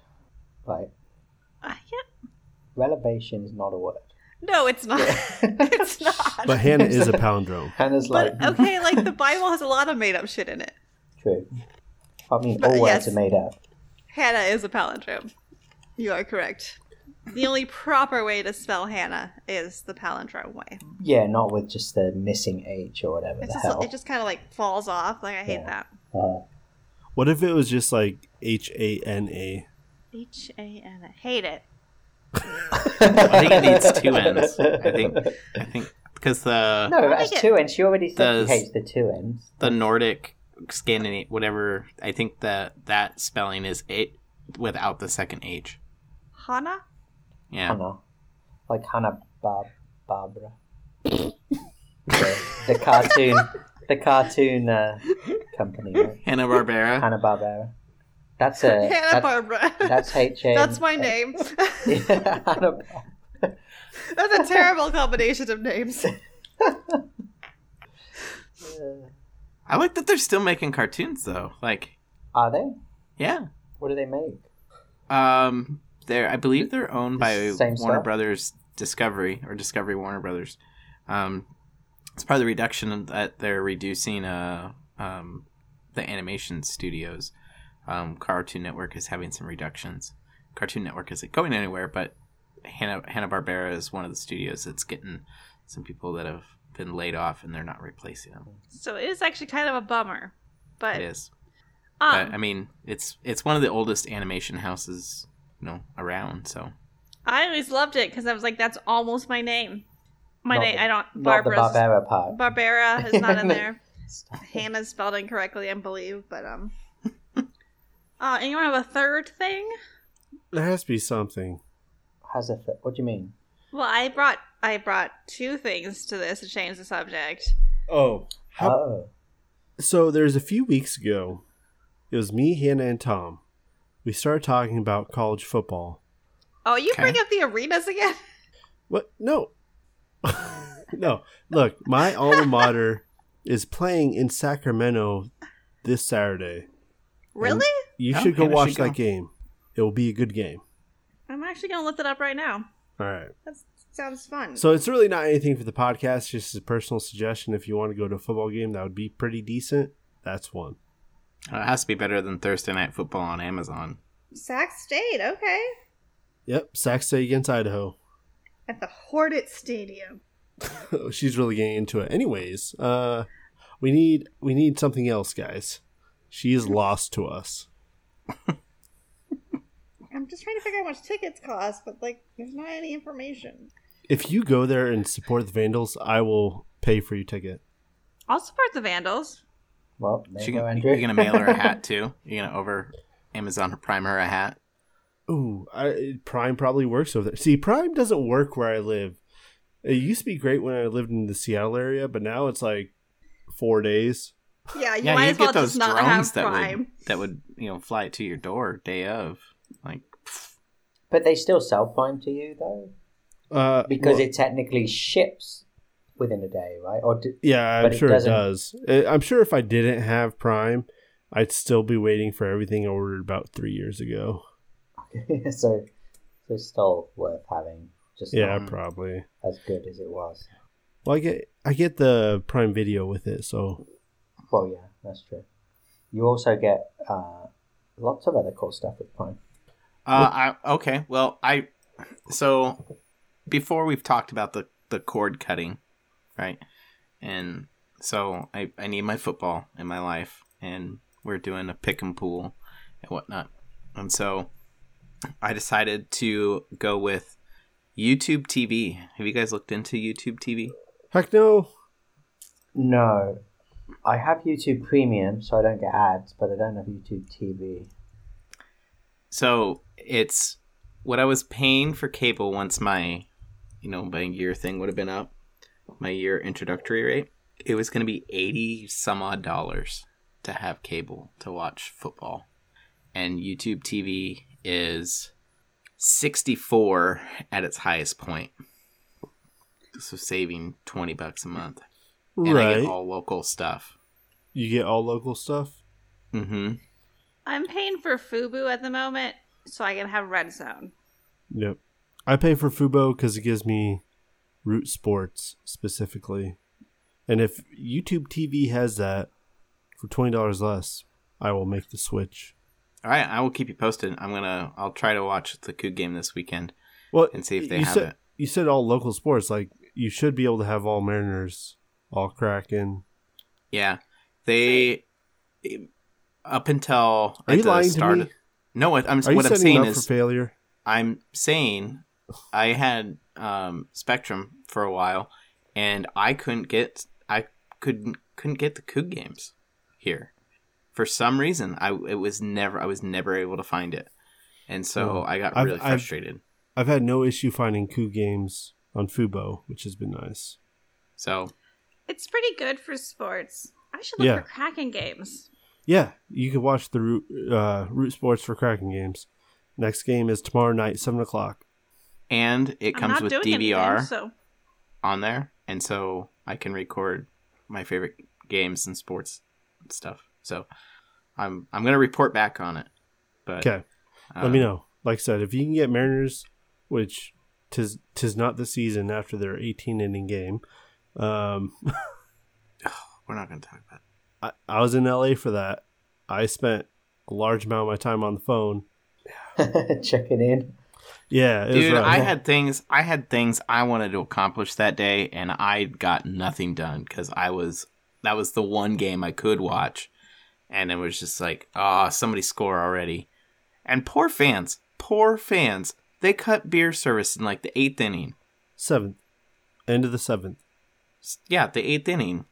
right? Uh, yeah. Relevation is not a word. No, it's not. it's not. But But, Hannah is a palindrome. Hannah's like, okay, like the Bible has a lot of made up shit in it. true. I mean, But all words yes. are made up. Hannah is a palindrome. You are correct. The only proper way to spell Hannah is the palindrome way. Yeah, not with just the missing H or whatever It's the just, hell. it just kind of like falls off. Like I hate Yeah. that. Uh, What if it was just like H A N A? H A N A. Hate it. I think it needs two ends. I think I think because the No, We'll that's make it- two ends. She already said Does- she hates the two ends. the Nordic Scandinavian whatever I think that that spelling is it without the second H. Hannah? Yeah. Hannah. Like Hannah Bar- Barbara. the, the cartoon, the cartoon uh, company, right? Hanna Barbera. Hanna Barbera. Uh, That's a Hannah that- Barbara. that's HM. That's my name. Yeah, Hannah Bar- That's a terrible combination of names. I like that they're still making cartoons though. Like, Are they? yeah. What do they make? Um, they're I believe they're owned by Same Warner stuff? Brothers Discovery or Discovery Warner Brothers. Um, it's part of the reduction that they're reducing uh um the animation studios. Um, Cartoon Network is having some reductions. Cartoon Network isn't going anywhere, but Hanna Hanna Barbera is one of the studios that's getting some people that have been laid off and they're not replacing them. So it is actually kind of a bummer, but It is. um, but I mean, it's it's one of the oldest animation houses, you know, around. So I always loved it because I was like, that's almost my name. My Not name, the- I don't. Not the Barbara's, Barbera part. Barbara is not in No. there. Hannah's spelled incorrectly, I believe, but um. Uh, anyone have a third thing? There has to be something. Has a th- what do you mean? Well, I brought I brought two things to this to change the subject. Oh. How, oh, So there's a few weeks ago, it was me, Hannah, and Tom. We started talking about college football. Oh, you Okay. bring up the arenas again? What? No. no. Look, my alma mater is playing in Sacramento this Saturday. Really? You Oh, should go Hannah should watch go. that game. It will be a good game. I'm actually gonna look it up right now. All right. That sounds fun. So it's really not anything for the podcast, just a personal suggestion. If you want to go to a football game that would be pretty decent, that's one. Uh, it has to be better than Thursday Night Football on Amazon. Sac State, okay, Yep, Sac State against Idaho. at the Hornet Stadium. She's really getting into it. Anyways, uh we need we need something else, guys. She is lost to us. I'm just trying to figure out how much tickets cost, but like, there's not any information. If you go there and support the Vandals, I will pay for your ticket. I'll support the Vandals. well, there She you go, gonna, Andrew. you're gonna mail her a hat too. You're gonna over Amazon or Prime her a hat. Ooh, I, Prime probably works over there. See, Prime doesn't work where I live. It used to be great when I lived in the Seattle area, but now it's like four days. Yeah, you yeah, might you as well get just those not have drones that Prime. would that would you know fly to your door day of. Like, pfft. But they still sell Prime to you though, Uh, because well, it technically ships within a day, right? Or do, yeah, I'm but it sure it, doesn't- does. I- I'm sure if I didn't have Prime, I'd still be waiting for everything I ordered about three years ago. so, so it's still worth having. Just Yeah, Mhm. probably. not as good as it was. Well, I get I get the Prime Video with it, so Well, yeah, that's true. You also get uh, lots of other cool stuff with Prime. uh, I, okay, well, I so before we've talked about the the cord cutting, right? And so I I need my football in my life, and we're doing a pick and pool and whatnot, and so I decided to go with YouTube TV. Have you guys looked into YouTube TV? heck no. No, I have YouTube Premium, so I don't get ads, but I don't have YouTube TV. So it's what I was paying for cable once my, you know, my year thing would have been up, my year introductory rate. It was going to be eighty some odd dollars to have cable to watch football, and YouTube TV is sixty four at its highest point. So saving twenty bucks a month, and I right, get all local stuff. you get all local stuff. Mm-hmm. I'm paying for Fubu at the moment, so I can have Red Zone. Yep, I pay for Fubo because it gives me Root Sports specifically, and if YouTube TV has that for twenty dollars less, I will make the switch. All right, I will keep you posted. I'm gonna, I'll try to watch the Coup game this weekend. Well, And see if they you have said, it. You said all local sports, like you should be able to have all Mariners, all Kraken. Yeah, they up until Are you at the lying to start me? of- no, I- I'm Are you what I'm setting saying up for is failure? I'm saying I had um, Spectrum for a while, and I couldn't get I couldn't couldn't get the Coug games here for some reason. I it was never I was never able to find it, and so Oh, I got I've- really I've- frustrated. I've had no issue finding coup games on Fubo, which has been nice. so It's pretty good for sports. I should look Yeah. for Kraken games. Yeah, you can watch the Root, uh, Root Sports for Cracking games. Next game is tomorrow night, seven o'clock. and it I'm comes not with doing DVR anything, so on there, and so I can record my favorite games and sports and stuff. So I'm I'm gonna report back on it. But Okay, uh, let me know. Like I said, if you can get Mariners, which tis tis not the season after their eighteen inning game. Um, We're not gonna talk about. I, I was in LA for that. I spent a large amount of my time on the phone. Checking in. Yeah, it It. was Dude, rough. I had things I had things I wanted to accomplish that day, and I got nothing done because I was that was the one game I could watch, and it was just like, ah, somebody score already, and poor fans, poor fans. They cut beer service in like the eighth inning. seventh, end of the seventh, S- Yeah, the eighth inning.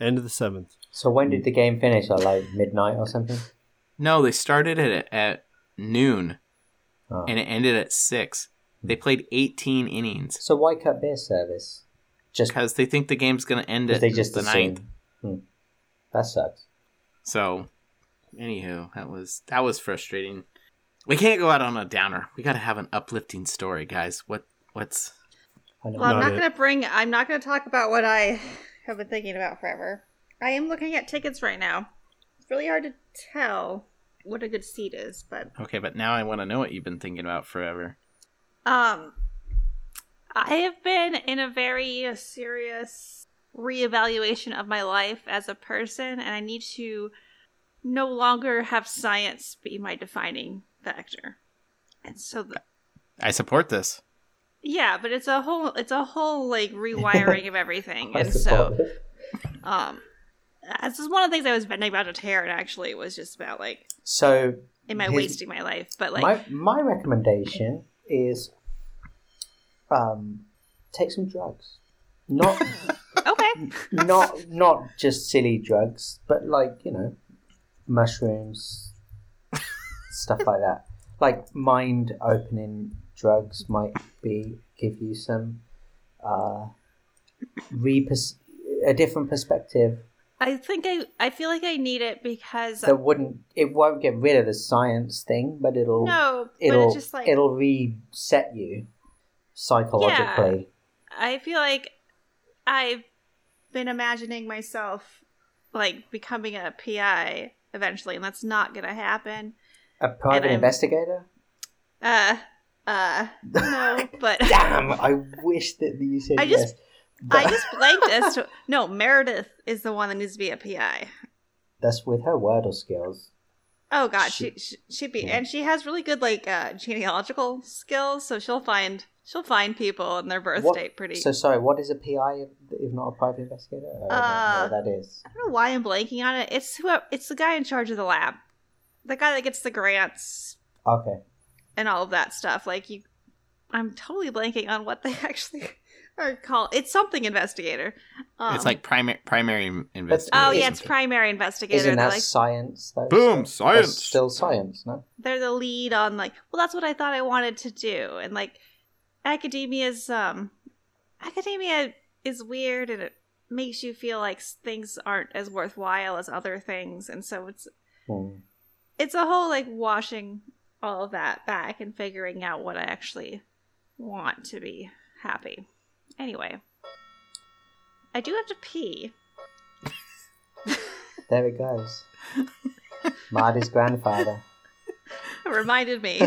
end of the seventh. So when did the game finish? At like midnight or something? No, they started it at, at noon Oh. and it ended at six. They played 18 innings So why cut beer service? Just because they think the game's going to end because at they just the assume. ninth. Hmm. That sucks. So, anywho, that was that was frustrating. We can't go out on a downer. We got to have an uplifting story, guys. What what's I know. Well, I'm Not not it. going to bring. I'm not going to talk about what I have been thinking about forever. I am looking at tickets right now. It's really hard to tell what a good seat is, but okay? But now I want to know what you've been thinking about forever. um, I have been in a very serious reevaluation of my life as a person, and I need to no longer have science be my defining factor. And so the, I support this. yeah, but it's a whole it's a whole like rewiring of everything, I and so. support it. Um, this is one of the things I was bending about to tear, and actually, was just about like, so am I His- wasting my life? But like, my my recommendation is um, take some drugs. Not okay, not not just silly drugs, but like you know, mushrooms, stuff like that. Like mind opening drugs might be give you some uh, re a different perspective I think I I feel like I need it because that wouldn't it won't get rid of the science thing, but it'll no, but it'll it's just like it'll reset you psychologically. I feel like I've been imagining myself like becoming a PI eventually, and that's not gonna happen. A private I'm- investigator. Uh, uh, no, but Damn! I wish that you said I just- yes. I But just blanked as to no Meredith is the one that needs to be a PI. that's with her Wordle skills. Oh god, She- she, she she'd be, yeah. and she has really good like uh, genealogical skills, so she'll find she'll find people and their birth What- date pretty. So sorry, what is a PI if, if not a private investigator? I don't Uh, know what that is. I don't know why I'm blanking on it. It's who it's the guy in charge of the lab, the guy that gets the grants Okay. and all of that stuff. Like you, I'm totally blanking on what they actually are called. It's something investigator. Um, it's like primary primary investigation. oh yeah, Isn't it's primary investigator. Isn't They're that like science though? Boom, That's science. still science, no? they're the lead on like well that's what i thought i wanted to do and like academia's um academia is weird and it makes you feel like s- things aren't as worthwhile as other things and so it's Hmm. it's a whole like washing all of that back and figuring out what i actually want to be happy anyway i do have to pee There it goes. Marty's grandfather. it reminded me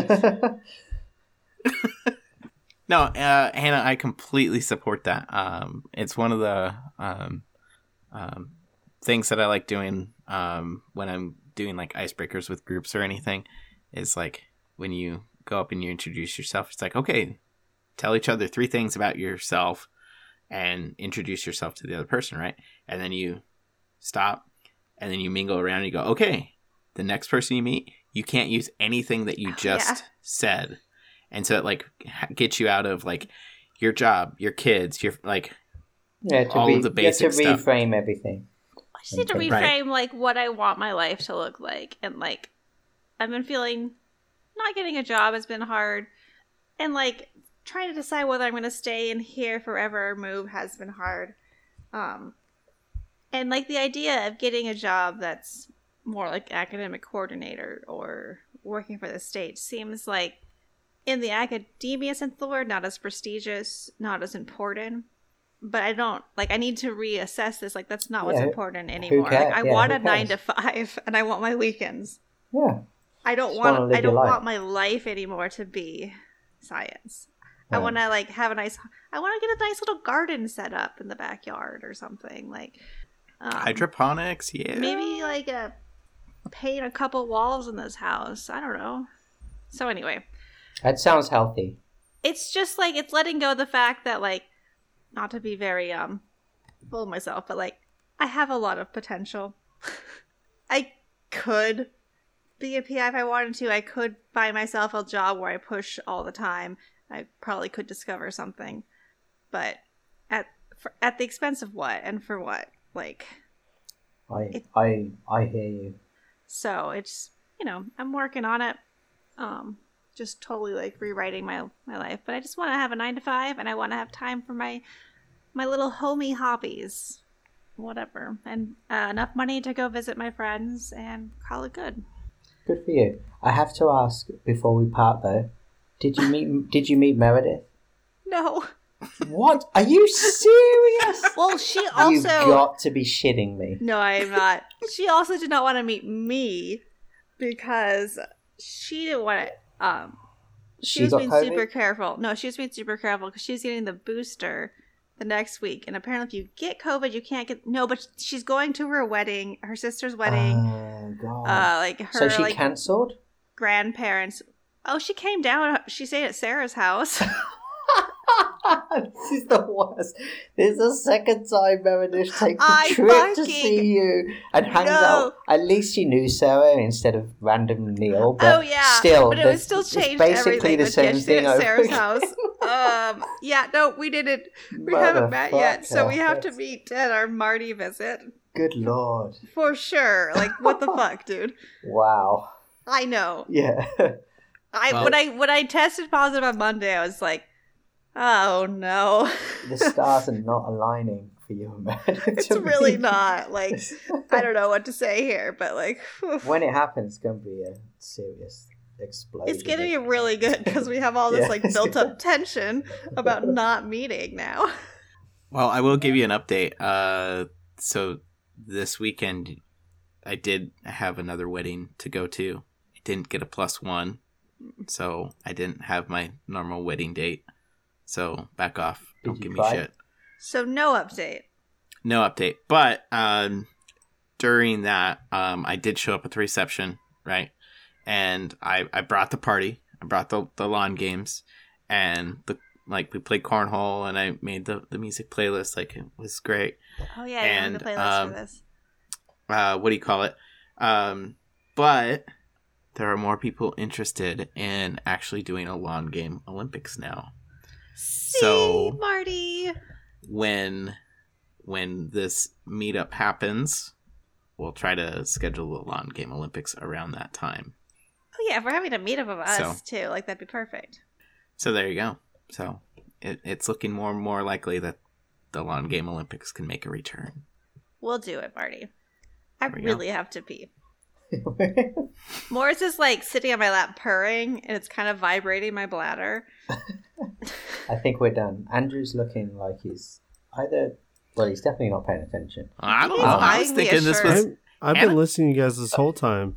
No, uh, Hannah, I completely support that. Um, it's one of the um, um, things that I like doing um, when I'm doing like icebreakers with groups or anything. Is like when you go up and you introduce yourself. It's like okay, tell each other three things about yourself and introduce yourself to the other person, right? And then you stop, and then you mingle around. and You go okay. The next person you meet, you can't use anything that you just said and so it like ha- gets you out of like your job, your kids, your like yeah, to All re- of the you have to basic stuff. reframe everything. I just need to Okay. Right. reframe like what I want my life to look like, and like I've been feeling not getting a job has been hard, and like trying to decide whether I'm going to stay in here forever or move has been hard. Um, and like the idea of getting a job that's more like academic coordinator or working for the state seems like in the academia sense of the word not as prestigious not as important but i don't like i need to reassess this like that's not what's Yeah, who- important anymore like cares? i Yeah, want who a nine to cares? five and i want my weekends Yeah. i don't Just wanna want live i don't your life. want my life anymore to be science i Yeah. want to like have a nice i want to get a nice little garden set up in the backyard or something like um, Hydroponics, yeah. Maybe like a paint a couple walls in this house. I don't know. So anyway, That sounds healthy. it's just like it's letting go of the fact that like not to be very um full of myself, but like I have a lot of potential. I could be a PI if I wanted to. I could buy myself a job where I push all the time. I probably could discover something, but at for, at the expense of what and for what? Like I It- I I hear you. So it's you know I'm working on it, um, just totally like rewriting my my life. But I just want to have a nine to five, and I want to have time for my my little homey hobbies, whatever, and uh, enough money to go visit my friends and call it good. Good for you. I have to ask before we part though. Did you meet did you meet Meredith? No, What? Are you serious? well she You've also got to be shitting me. no I'm not. She also did not want to meet me because she didn't want to. Um, she, was got being COVID? super careful. No, she was being super careful because she was getting the booster the next week, and apparently, if you get COVID, you can't get. No, but she's going to her wedding, her sister's wedding. Oh god. Uh, like her, so she like cancelled? grandparents. Oh, she came down. She stayed at Sarah's house. this is the worst. This is the second time Meredith takes I a trip to fucking see you and hangs know. out. At least she knew Sarah instead of random Neil. But oh yeah, still, but it was this- still it's changed. Basically, everything, the but same yeah, she thing. stayed at over Sarah's again. house. um, yeah, no, we didn't. We haven't met yet, Oh, so we have to Motherfucker. meet at our Marty visit Good lord! for sure. Like, what the fuck, dude? Wow. I know. Yeah. I Well- when I when I tested positive on Monday, I was like, oh no, the stars are not aligning for you, Meredith. it's to really meet- not. Like, I don't know what to say here, but like, whew. when it happens, it's gonna be a serious explosion. it's gonna be really good because we have all this Yeah. like built up tension about not meeting now. Well, I will give you an update. Uh, so this weekend, I did have another wedding to go to. I didn't get a plus one, so I didn't have my normal wedding date. So back off. Did Don't you give me cry? shit. So no update. No update. But um, during that, um, I did show up at the reception, right? And I, I brought the party. I brought the, the lawn games, and the like we played cornhole, and I made the, the music playlist. Like it was great Oh yeah, I have the And, playlist um, for this. uh, what do you call it? Um, but there are more people interested in actually doing a lawn game Olympics now. See, so- Marty. When when this meetup happens, we'll try to schedule the lawn game Olympics around that time. Oh yeah, if we're having a meetup of us So- too, like that'd be perfect. So there you go. So it, it's looking more and more likely that the lawn game Olympics can make a return. We'll do it, Marty. I There we go. really have to pee. Morris is like sitting on my lap purring, and it's kind of vibrating my bladder. I think we're done. Andrew's looking like he's either. Well, he's definitely not paying attention. I don't He's know. I was buying me a thinking this shirt. was I'm, I've Anna- been listening to you guys this whole time.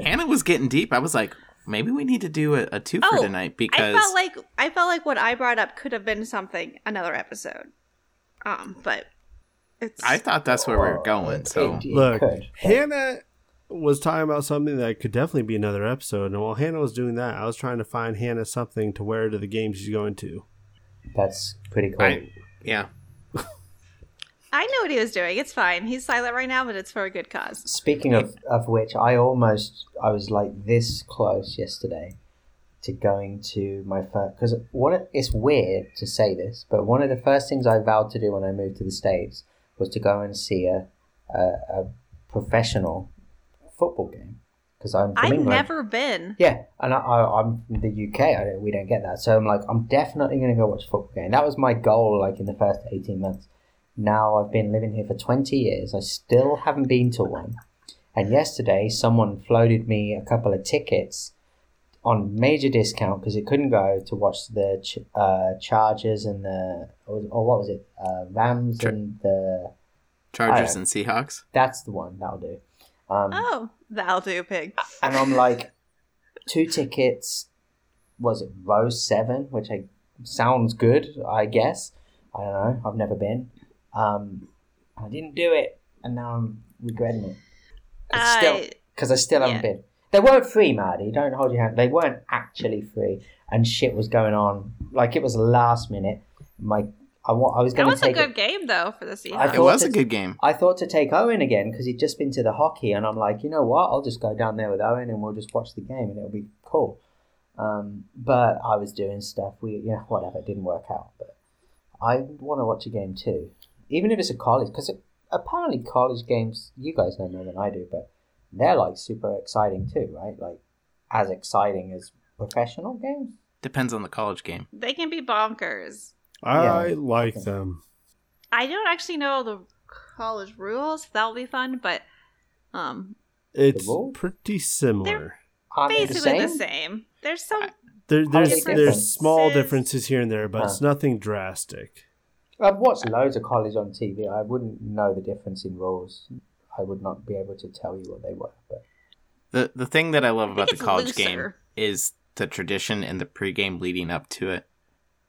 Hannah was getting deep. I was like, maybe we need to do a, a two for Oh, tonight because I felt like I felt like what I brought up could have been something another episode. Um, but it's I thought that's where we were Oh, going. So it- it Look, could. Hannah was talking about something that could definitely be another episode. And while Hannah was doing that, I was trying to find Hannah something to wear to the game she's going to. That's pretty cool. I, yeah, I know what he was doing. It's fine. He's silent right now, but it's for a good cause. Speaking of, of which, I almost I was like this close yesterday to going to my first because one of- it's weird to say this, but one of the first things I vowed to do when I moved to the states was to go and see a a, a professional football game because I'm from I've England. never been. Yeah, and I, I, I'm from the UK. I, don't- we don't get that, so I'm like, I'm definitely going to go watch a football game. That was my goal, like in the first eighteen months. Now I've been living here for twenty years. I still haven't been to one, And yesterday, someone floated me a couple of tickets on major discount because it couldn't go to watch the ch- uh, Chargers and the or, or what was it uh, Rams Sure. and the Chargers and Seahawks. that's the one that'll do. Um, Oh, that'll do, pig. and I'm like, two tickets. Was it row seven? Which I sounds good, I guess. I don't know. I've never been. Um, I didn't do it, and now I'm regretting it. It's still I- because I still haven't yeah. been. They weren't free, Marty. Don't hold your hand. They weren't actually free, and shit was going on. Like it was last minute. My, I, wa- I was that going was to take. a good game though for the I Seahawks. It thought was a it's- good game. I thought to take Owen again because he'd just been to the hockey, and I'm like, you know what? I'll just go down there with Owen, and we'll just watch the game, and it'll be cool. Um, but I was doing stuff. We, you know, whatever. It didn't work out. But I want to watch a game too, even if it's a college, because apparently college games, you guys know more than I do, but they're like super exciting too, right? Like as exciting as professional games. Depends on the college game. They can be bonkers. I Yeah. like Okay. them. I don't actually know the college rules. That'll be fun, but um, It's role? pretty similar. Aren't they basically the same. There's Uh, some There, there's differences. there's small differences here and there, but it's Huh. nothing drastic. I've watched loads of college on TV. I wouldn't know the difference in roles. I would not be able to tell you what they were. But The the thing that I love about the it's college looser. game is the tradition and the pregame leading up to it.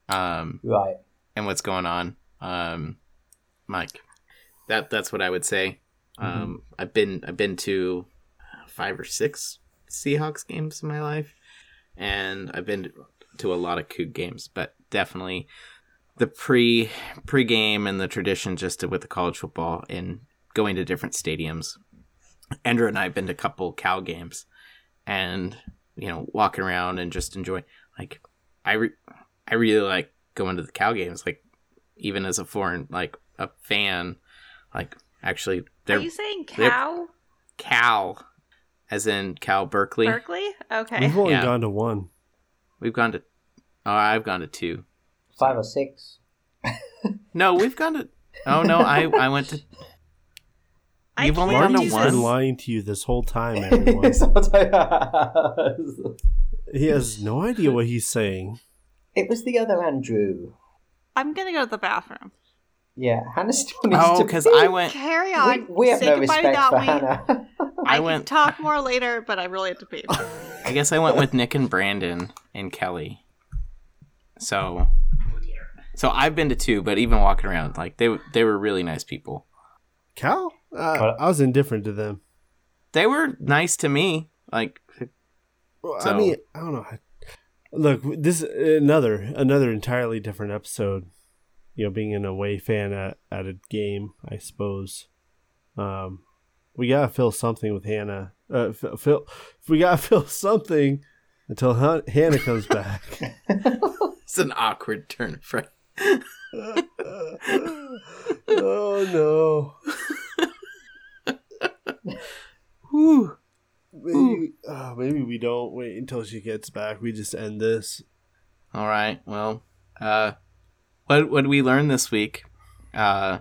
Um right, and what's going on. Um Mike. That that's what I would say. Um I've been I've been to five or six Seahawks games in my life and I've been to a lot of Coug games, but definitely the pre pregame and the tradition just with the college football and going to different stadiums. Andrew and I have been to a couple Cal games, and you know, walking around and just enjoying. Like, I re- I really like going to the Cal games. Like, even as a foreign like a fan, like actually Are they're you saying they're- cow Cal, as in Cal Berkeley. Berkeley? Okay. We've only Yeah. gone to one. We've gone to, oh, I've gone to two. five or six. No, we've gone to. Oh no, I I went to. I You've only can't gone to do one? Marty's this. been lying to you this whole time, everyone. it he has no idea what he's saying. was the other Andrew. I'm gonna go to the bathroom. Yeah, Hannah still needs Oh, to. because pee. I went. Carry We, on. we have Say no goodbye respect without for me. Hannah. I I, went- can talk more later, but I really have to pee. I guess I went with Nick and Brandon and Kelly. So, so I've been to two, but even walking around, like they they were really nice people. Cal? Uh, I was indifferent to them. They were nice to me. Like, Well, I So- mean, I don't know. Look, this is another another entirely different episode. You know, being an away fan at, at a game, I suppose. Um, we gotta fill something with Hannah. Uh, fi- fill, we gotta fill something until Han- Hannah comes back. it's an awkward turn of phrase. oh Whew. no! Maybe, uh, maybe we don't wait until she gets back. We just end this. All right. Well, uh, what what did we learn this week? Uh,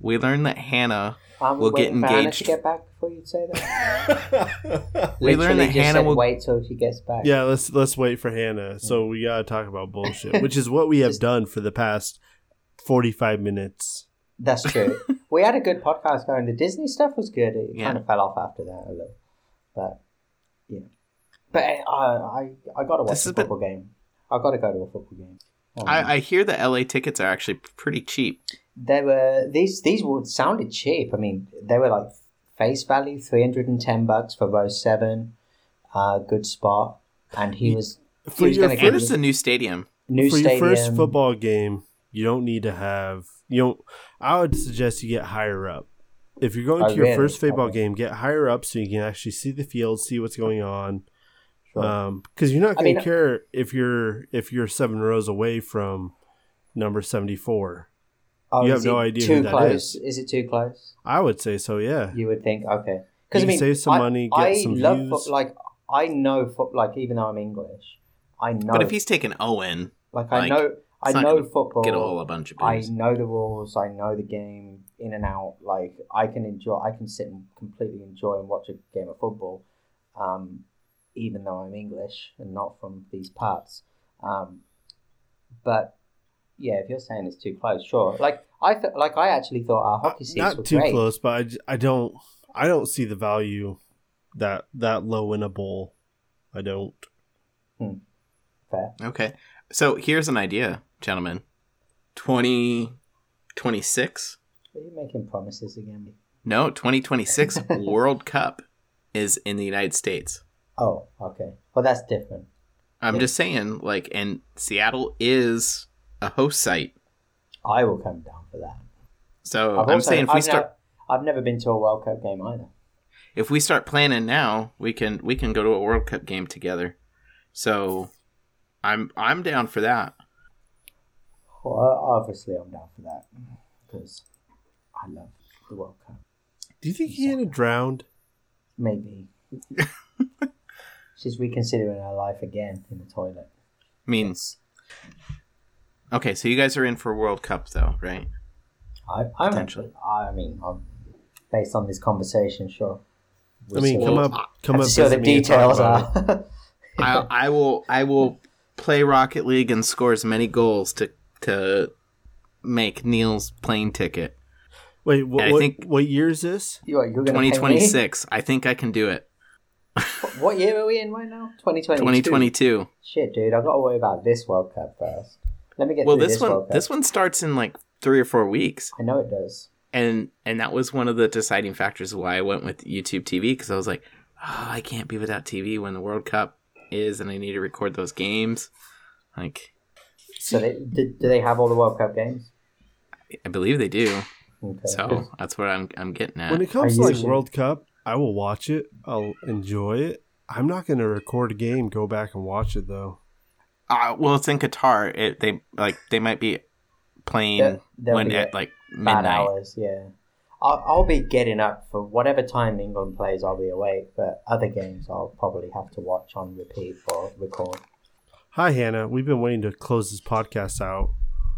we learned that Hannah. Um, We'll get waiting for Hannah to engaged. get back before you say that. We learned that Literally just Hannah said, will- wait till she gets back. Yeah, let's let's wait for Hannah. So we gotta talk about bullshit, which is what we have done for the past forty five minutes. That's true. we had a good podcast going. The Disney stuff was good. It Yeah. kind of fell off after that a little, but you know. But eh, I I, I got to watch This a has been- football game. I got to go to a football game. Um, I, I hear the LA tickets are actually pretty cheap. They were these these were sounded cheap. I mean, they were like face value three hundred and ten bucks for row seven, uh, good spot, and he was For He's your gonna first, get And it's a new stadium. new for your stadium. first football game, you don't need to have you don't I would suggest you get higher up. If you're going I to your Oh, really- first football okay. game, get higher up so you can actually see the field, see what's going on. Sure. Um, because you're not I going mean- uh to care if you're if you're seven rows away from number seventy four. Oh, you have is no it idea Too who that close? is. it too close? I would say so. Yeah. You would think, okay, You save some money, get some love views. Foot, like I know foot, like even though I'm English, I know. But if he's taking Owen, like, I like- know, It's I not know gonna football. Get all a bunch of I booze. know the rules. I know the game in and out. Like I can enjoy. I can sit and completely enjoy and watch a game of football, um, even though I'm English and not from these parts. Um, but yeah, if you're saying it's too close, sure. Like I th- like I actually thought our hockey seats were Uh, Not too great. close, but I j- I, don't I don't see the value that that low in a bowl. I don't. Fair. Okay. So here's an idea, gentlemen. 2026? Are you making promises again? No, 2026 World Cup is in the United States. Oh, okay. Well, that's different. I'm Yeah. just saying, like, and Seattle is a host site. I will come down for that. So I've Uh, I'm also- saying if we I've start Never, I've never been to a World Cup game either. if we start planning now, we can we can go to a World Cup game together. So I'm I'm down for that. Well, I- obviously, I'm down for that because I love the World Cup. Do you think Hannah drowned? Maybe she's reconsidering her life again in the toilet. I mean, okay, so you guys are in for World Cup though, right? I, I'm Potentially. I mean, I'm, based on this conversation, sure. I mean, We'll come see. up, come Have up. to see what with the me and talk details uh, about it. are. I I will I will play Rocket League and score as many goals to to make Neil's plane ticket. Wait, what, And I what, think- what year is this? You are- you're gonna pay me? 2026. I think I can do it. What year are we in right now? 2022. 2022. Shit, dude, I've got to worry about this World Cup first. Let me get Well, through this one World Cup. this one starts in like 3 or 4 weeks. I know it does. and and that was one of the deciding factors why I went with YouTube TV because I was like, oh, I can't be without TV when the World Cup is, and I need to record those games. Like, So, they, do, do they have all the World Cup games? I believe they do, Okay. so that's what I'm I'm getting When at. it comes I to like usually- World Cup, I will watch it. I'll enjoy it. I'm not going to record a game, go back and watch it though. Uh, well, it's in Qatar. It, they like they might be playing There- there'll when be at like bad midnight. hours. Yeah, I'll, I'll be getting up for whatever time England plays. I'll be awake, but other games I'll probably have to watch on repeat or record. Hi Hannah, we've been waiting to close this podcast out.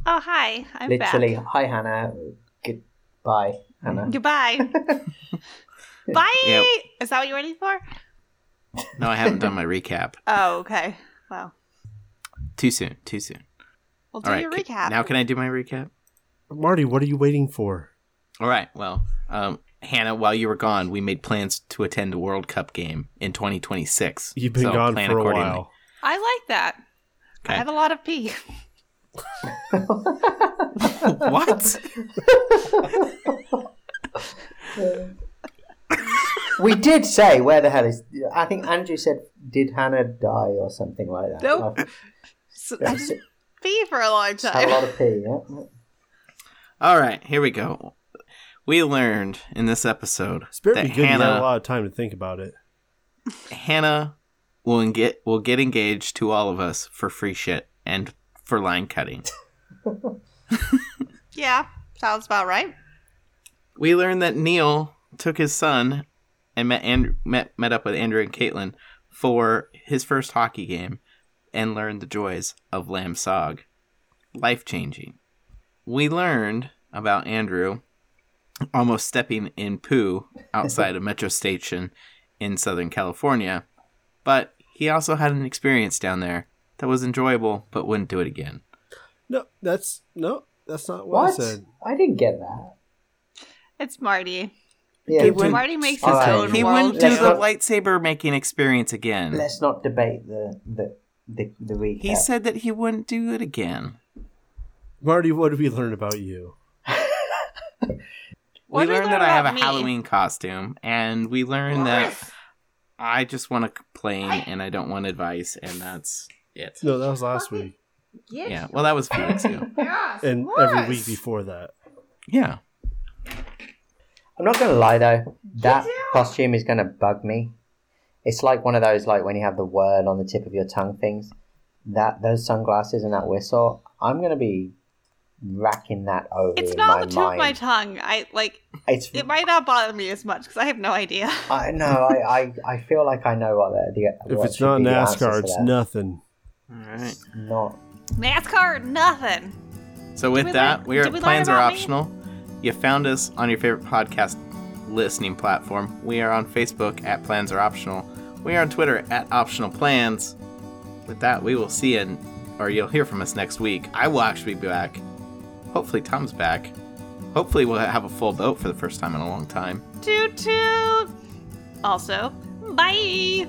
Oh, hi. I'm Literally, back. hi Hannah, goodbye Hannah. Goodbye. Bye. Yep. Is that what you're ready for? No, I haven't done my recap. Oh, okay. Wow. Too soon. Too soon. We'll do All right. your ca- recap. now, can I do my recap? Marty, what are you waiting for? All right. Well, um, Hannah, while you were gone, we made plans to attend a World Cup game in 2026. You've been So gone plan for a accordingly. while. I like that. I Okay. have a lot of pee. what? we did say where the hell is? I think Andrew said, "Did Hannah die or something like that?" Nope. I've- So I just pee for a long I've had a time. lot of pee. Yeah? All right, here we go. We learned in this episode Spirit that be good. You had a Hannah lot of time to think about it. Hannah will en- get will get engaged to all of us for free shit and for line cutting. Yeah, sounds about right. we learned that Neil took his son and met Andrew, met met up with Andrew and Caitlin for his first hockey game and learned the joys of lamb sog, life changing. We learned about Andrew almost stepping in poo outside a metro station in Southern California, but he also had an experience down there that was enjoyable but wouldn't do it again. No, that's no, that's not what, I What? said. I didn't get that. It's Marty. He Yeah, we- wouldn't- Marty makes his All right. own He world. wouldn't do Let's the not- lightsaber making experience again. let's not debate the the the, the recap. He said that he wouldn't do it again. Marty, what did we learn about you? What we did he learned learn that I have a about me? Halloween costume, and we learned that What? I just want to complain and I don't want advice, and that's it. No, that was last week Yeah. Well, that was a few weeks ago. and every week before that. Yeah. I'm not gonna lie though, that costume is gonna bug me. It's like one of those like when you have the word on the tip of your tongue things. That those sunglasses and that whistle, I'm gonna be racking that over. It's in not my the tip of mind. my tongue. I like It's it might not bother me as much because I have no idea. I no, I, I I feel like I know what the, the If what it's should not be the answer NASCAR, to it's that. nothing. All right. Not NASCAR, nothing. So with we that, learn- we are did we at learn Plans Are about me? Optional. You found us on your favorite podcast listening platform. We are on Facebook at Plans Are Optional. We are on Twitter at Optional Plans. With that, we will see you, or you'll hear from us next week. I will actually be back. Hopefully, Tom's back. Hopefully, we'll have a full boat for the first time in a long time. Toot toot. Also, bye.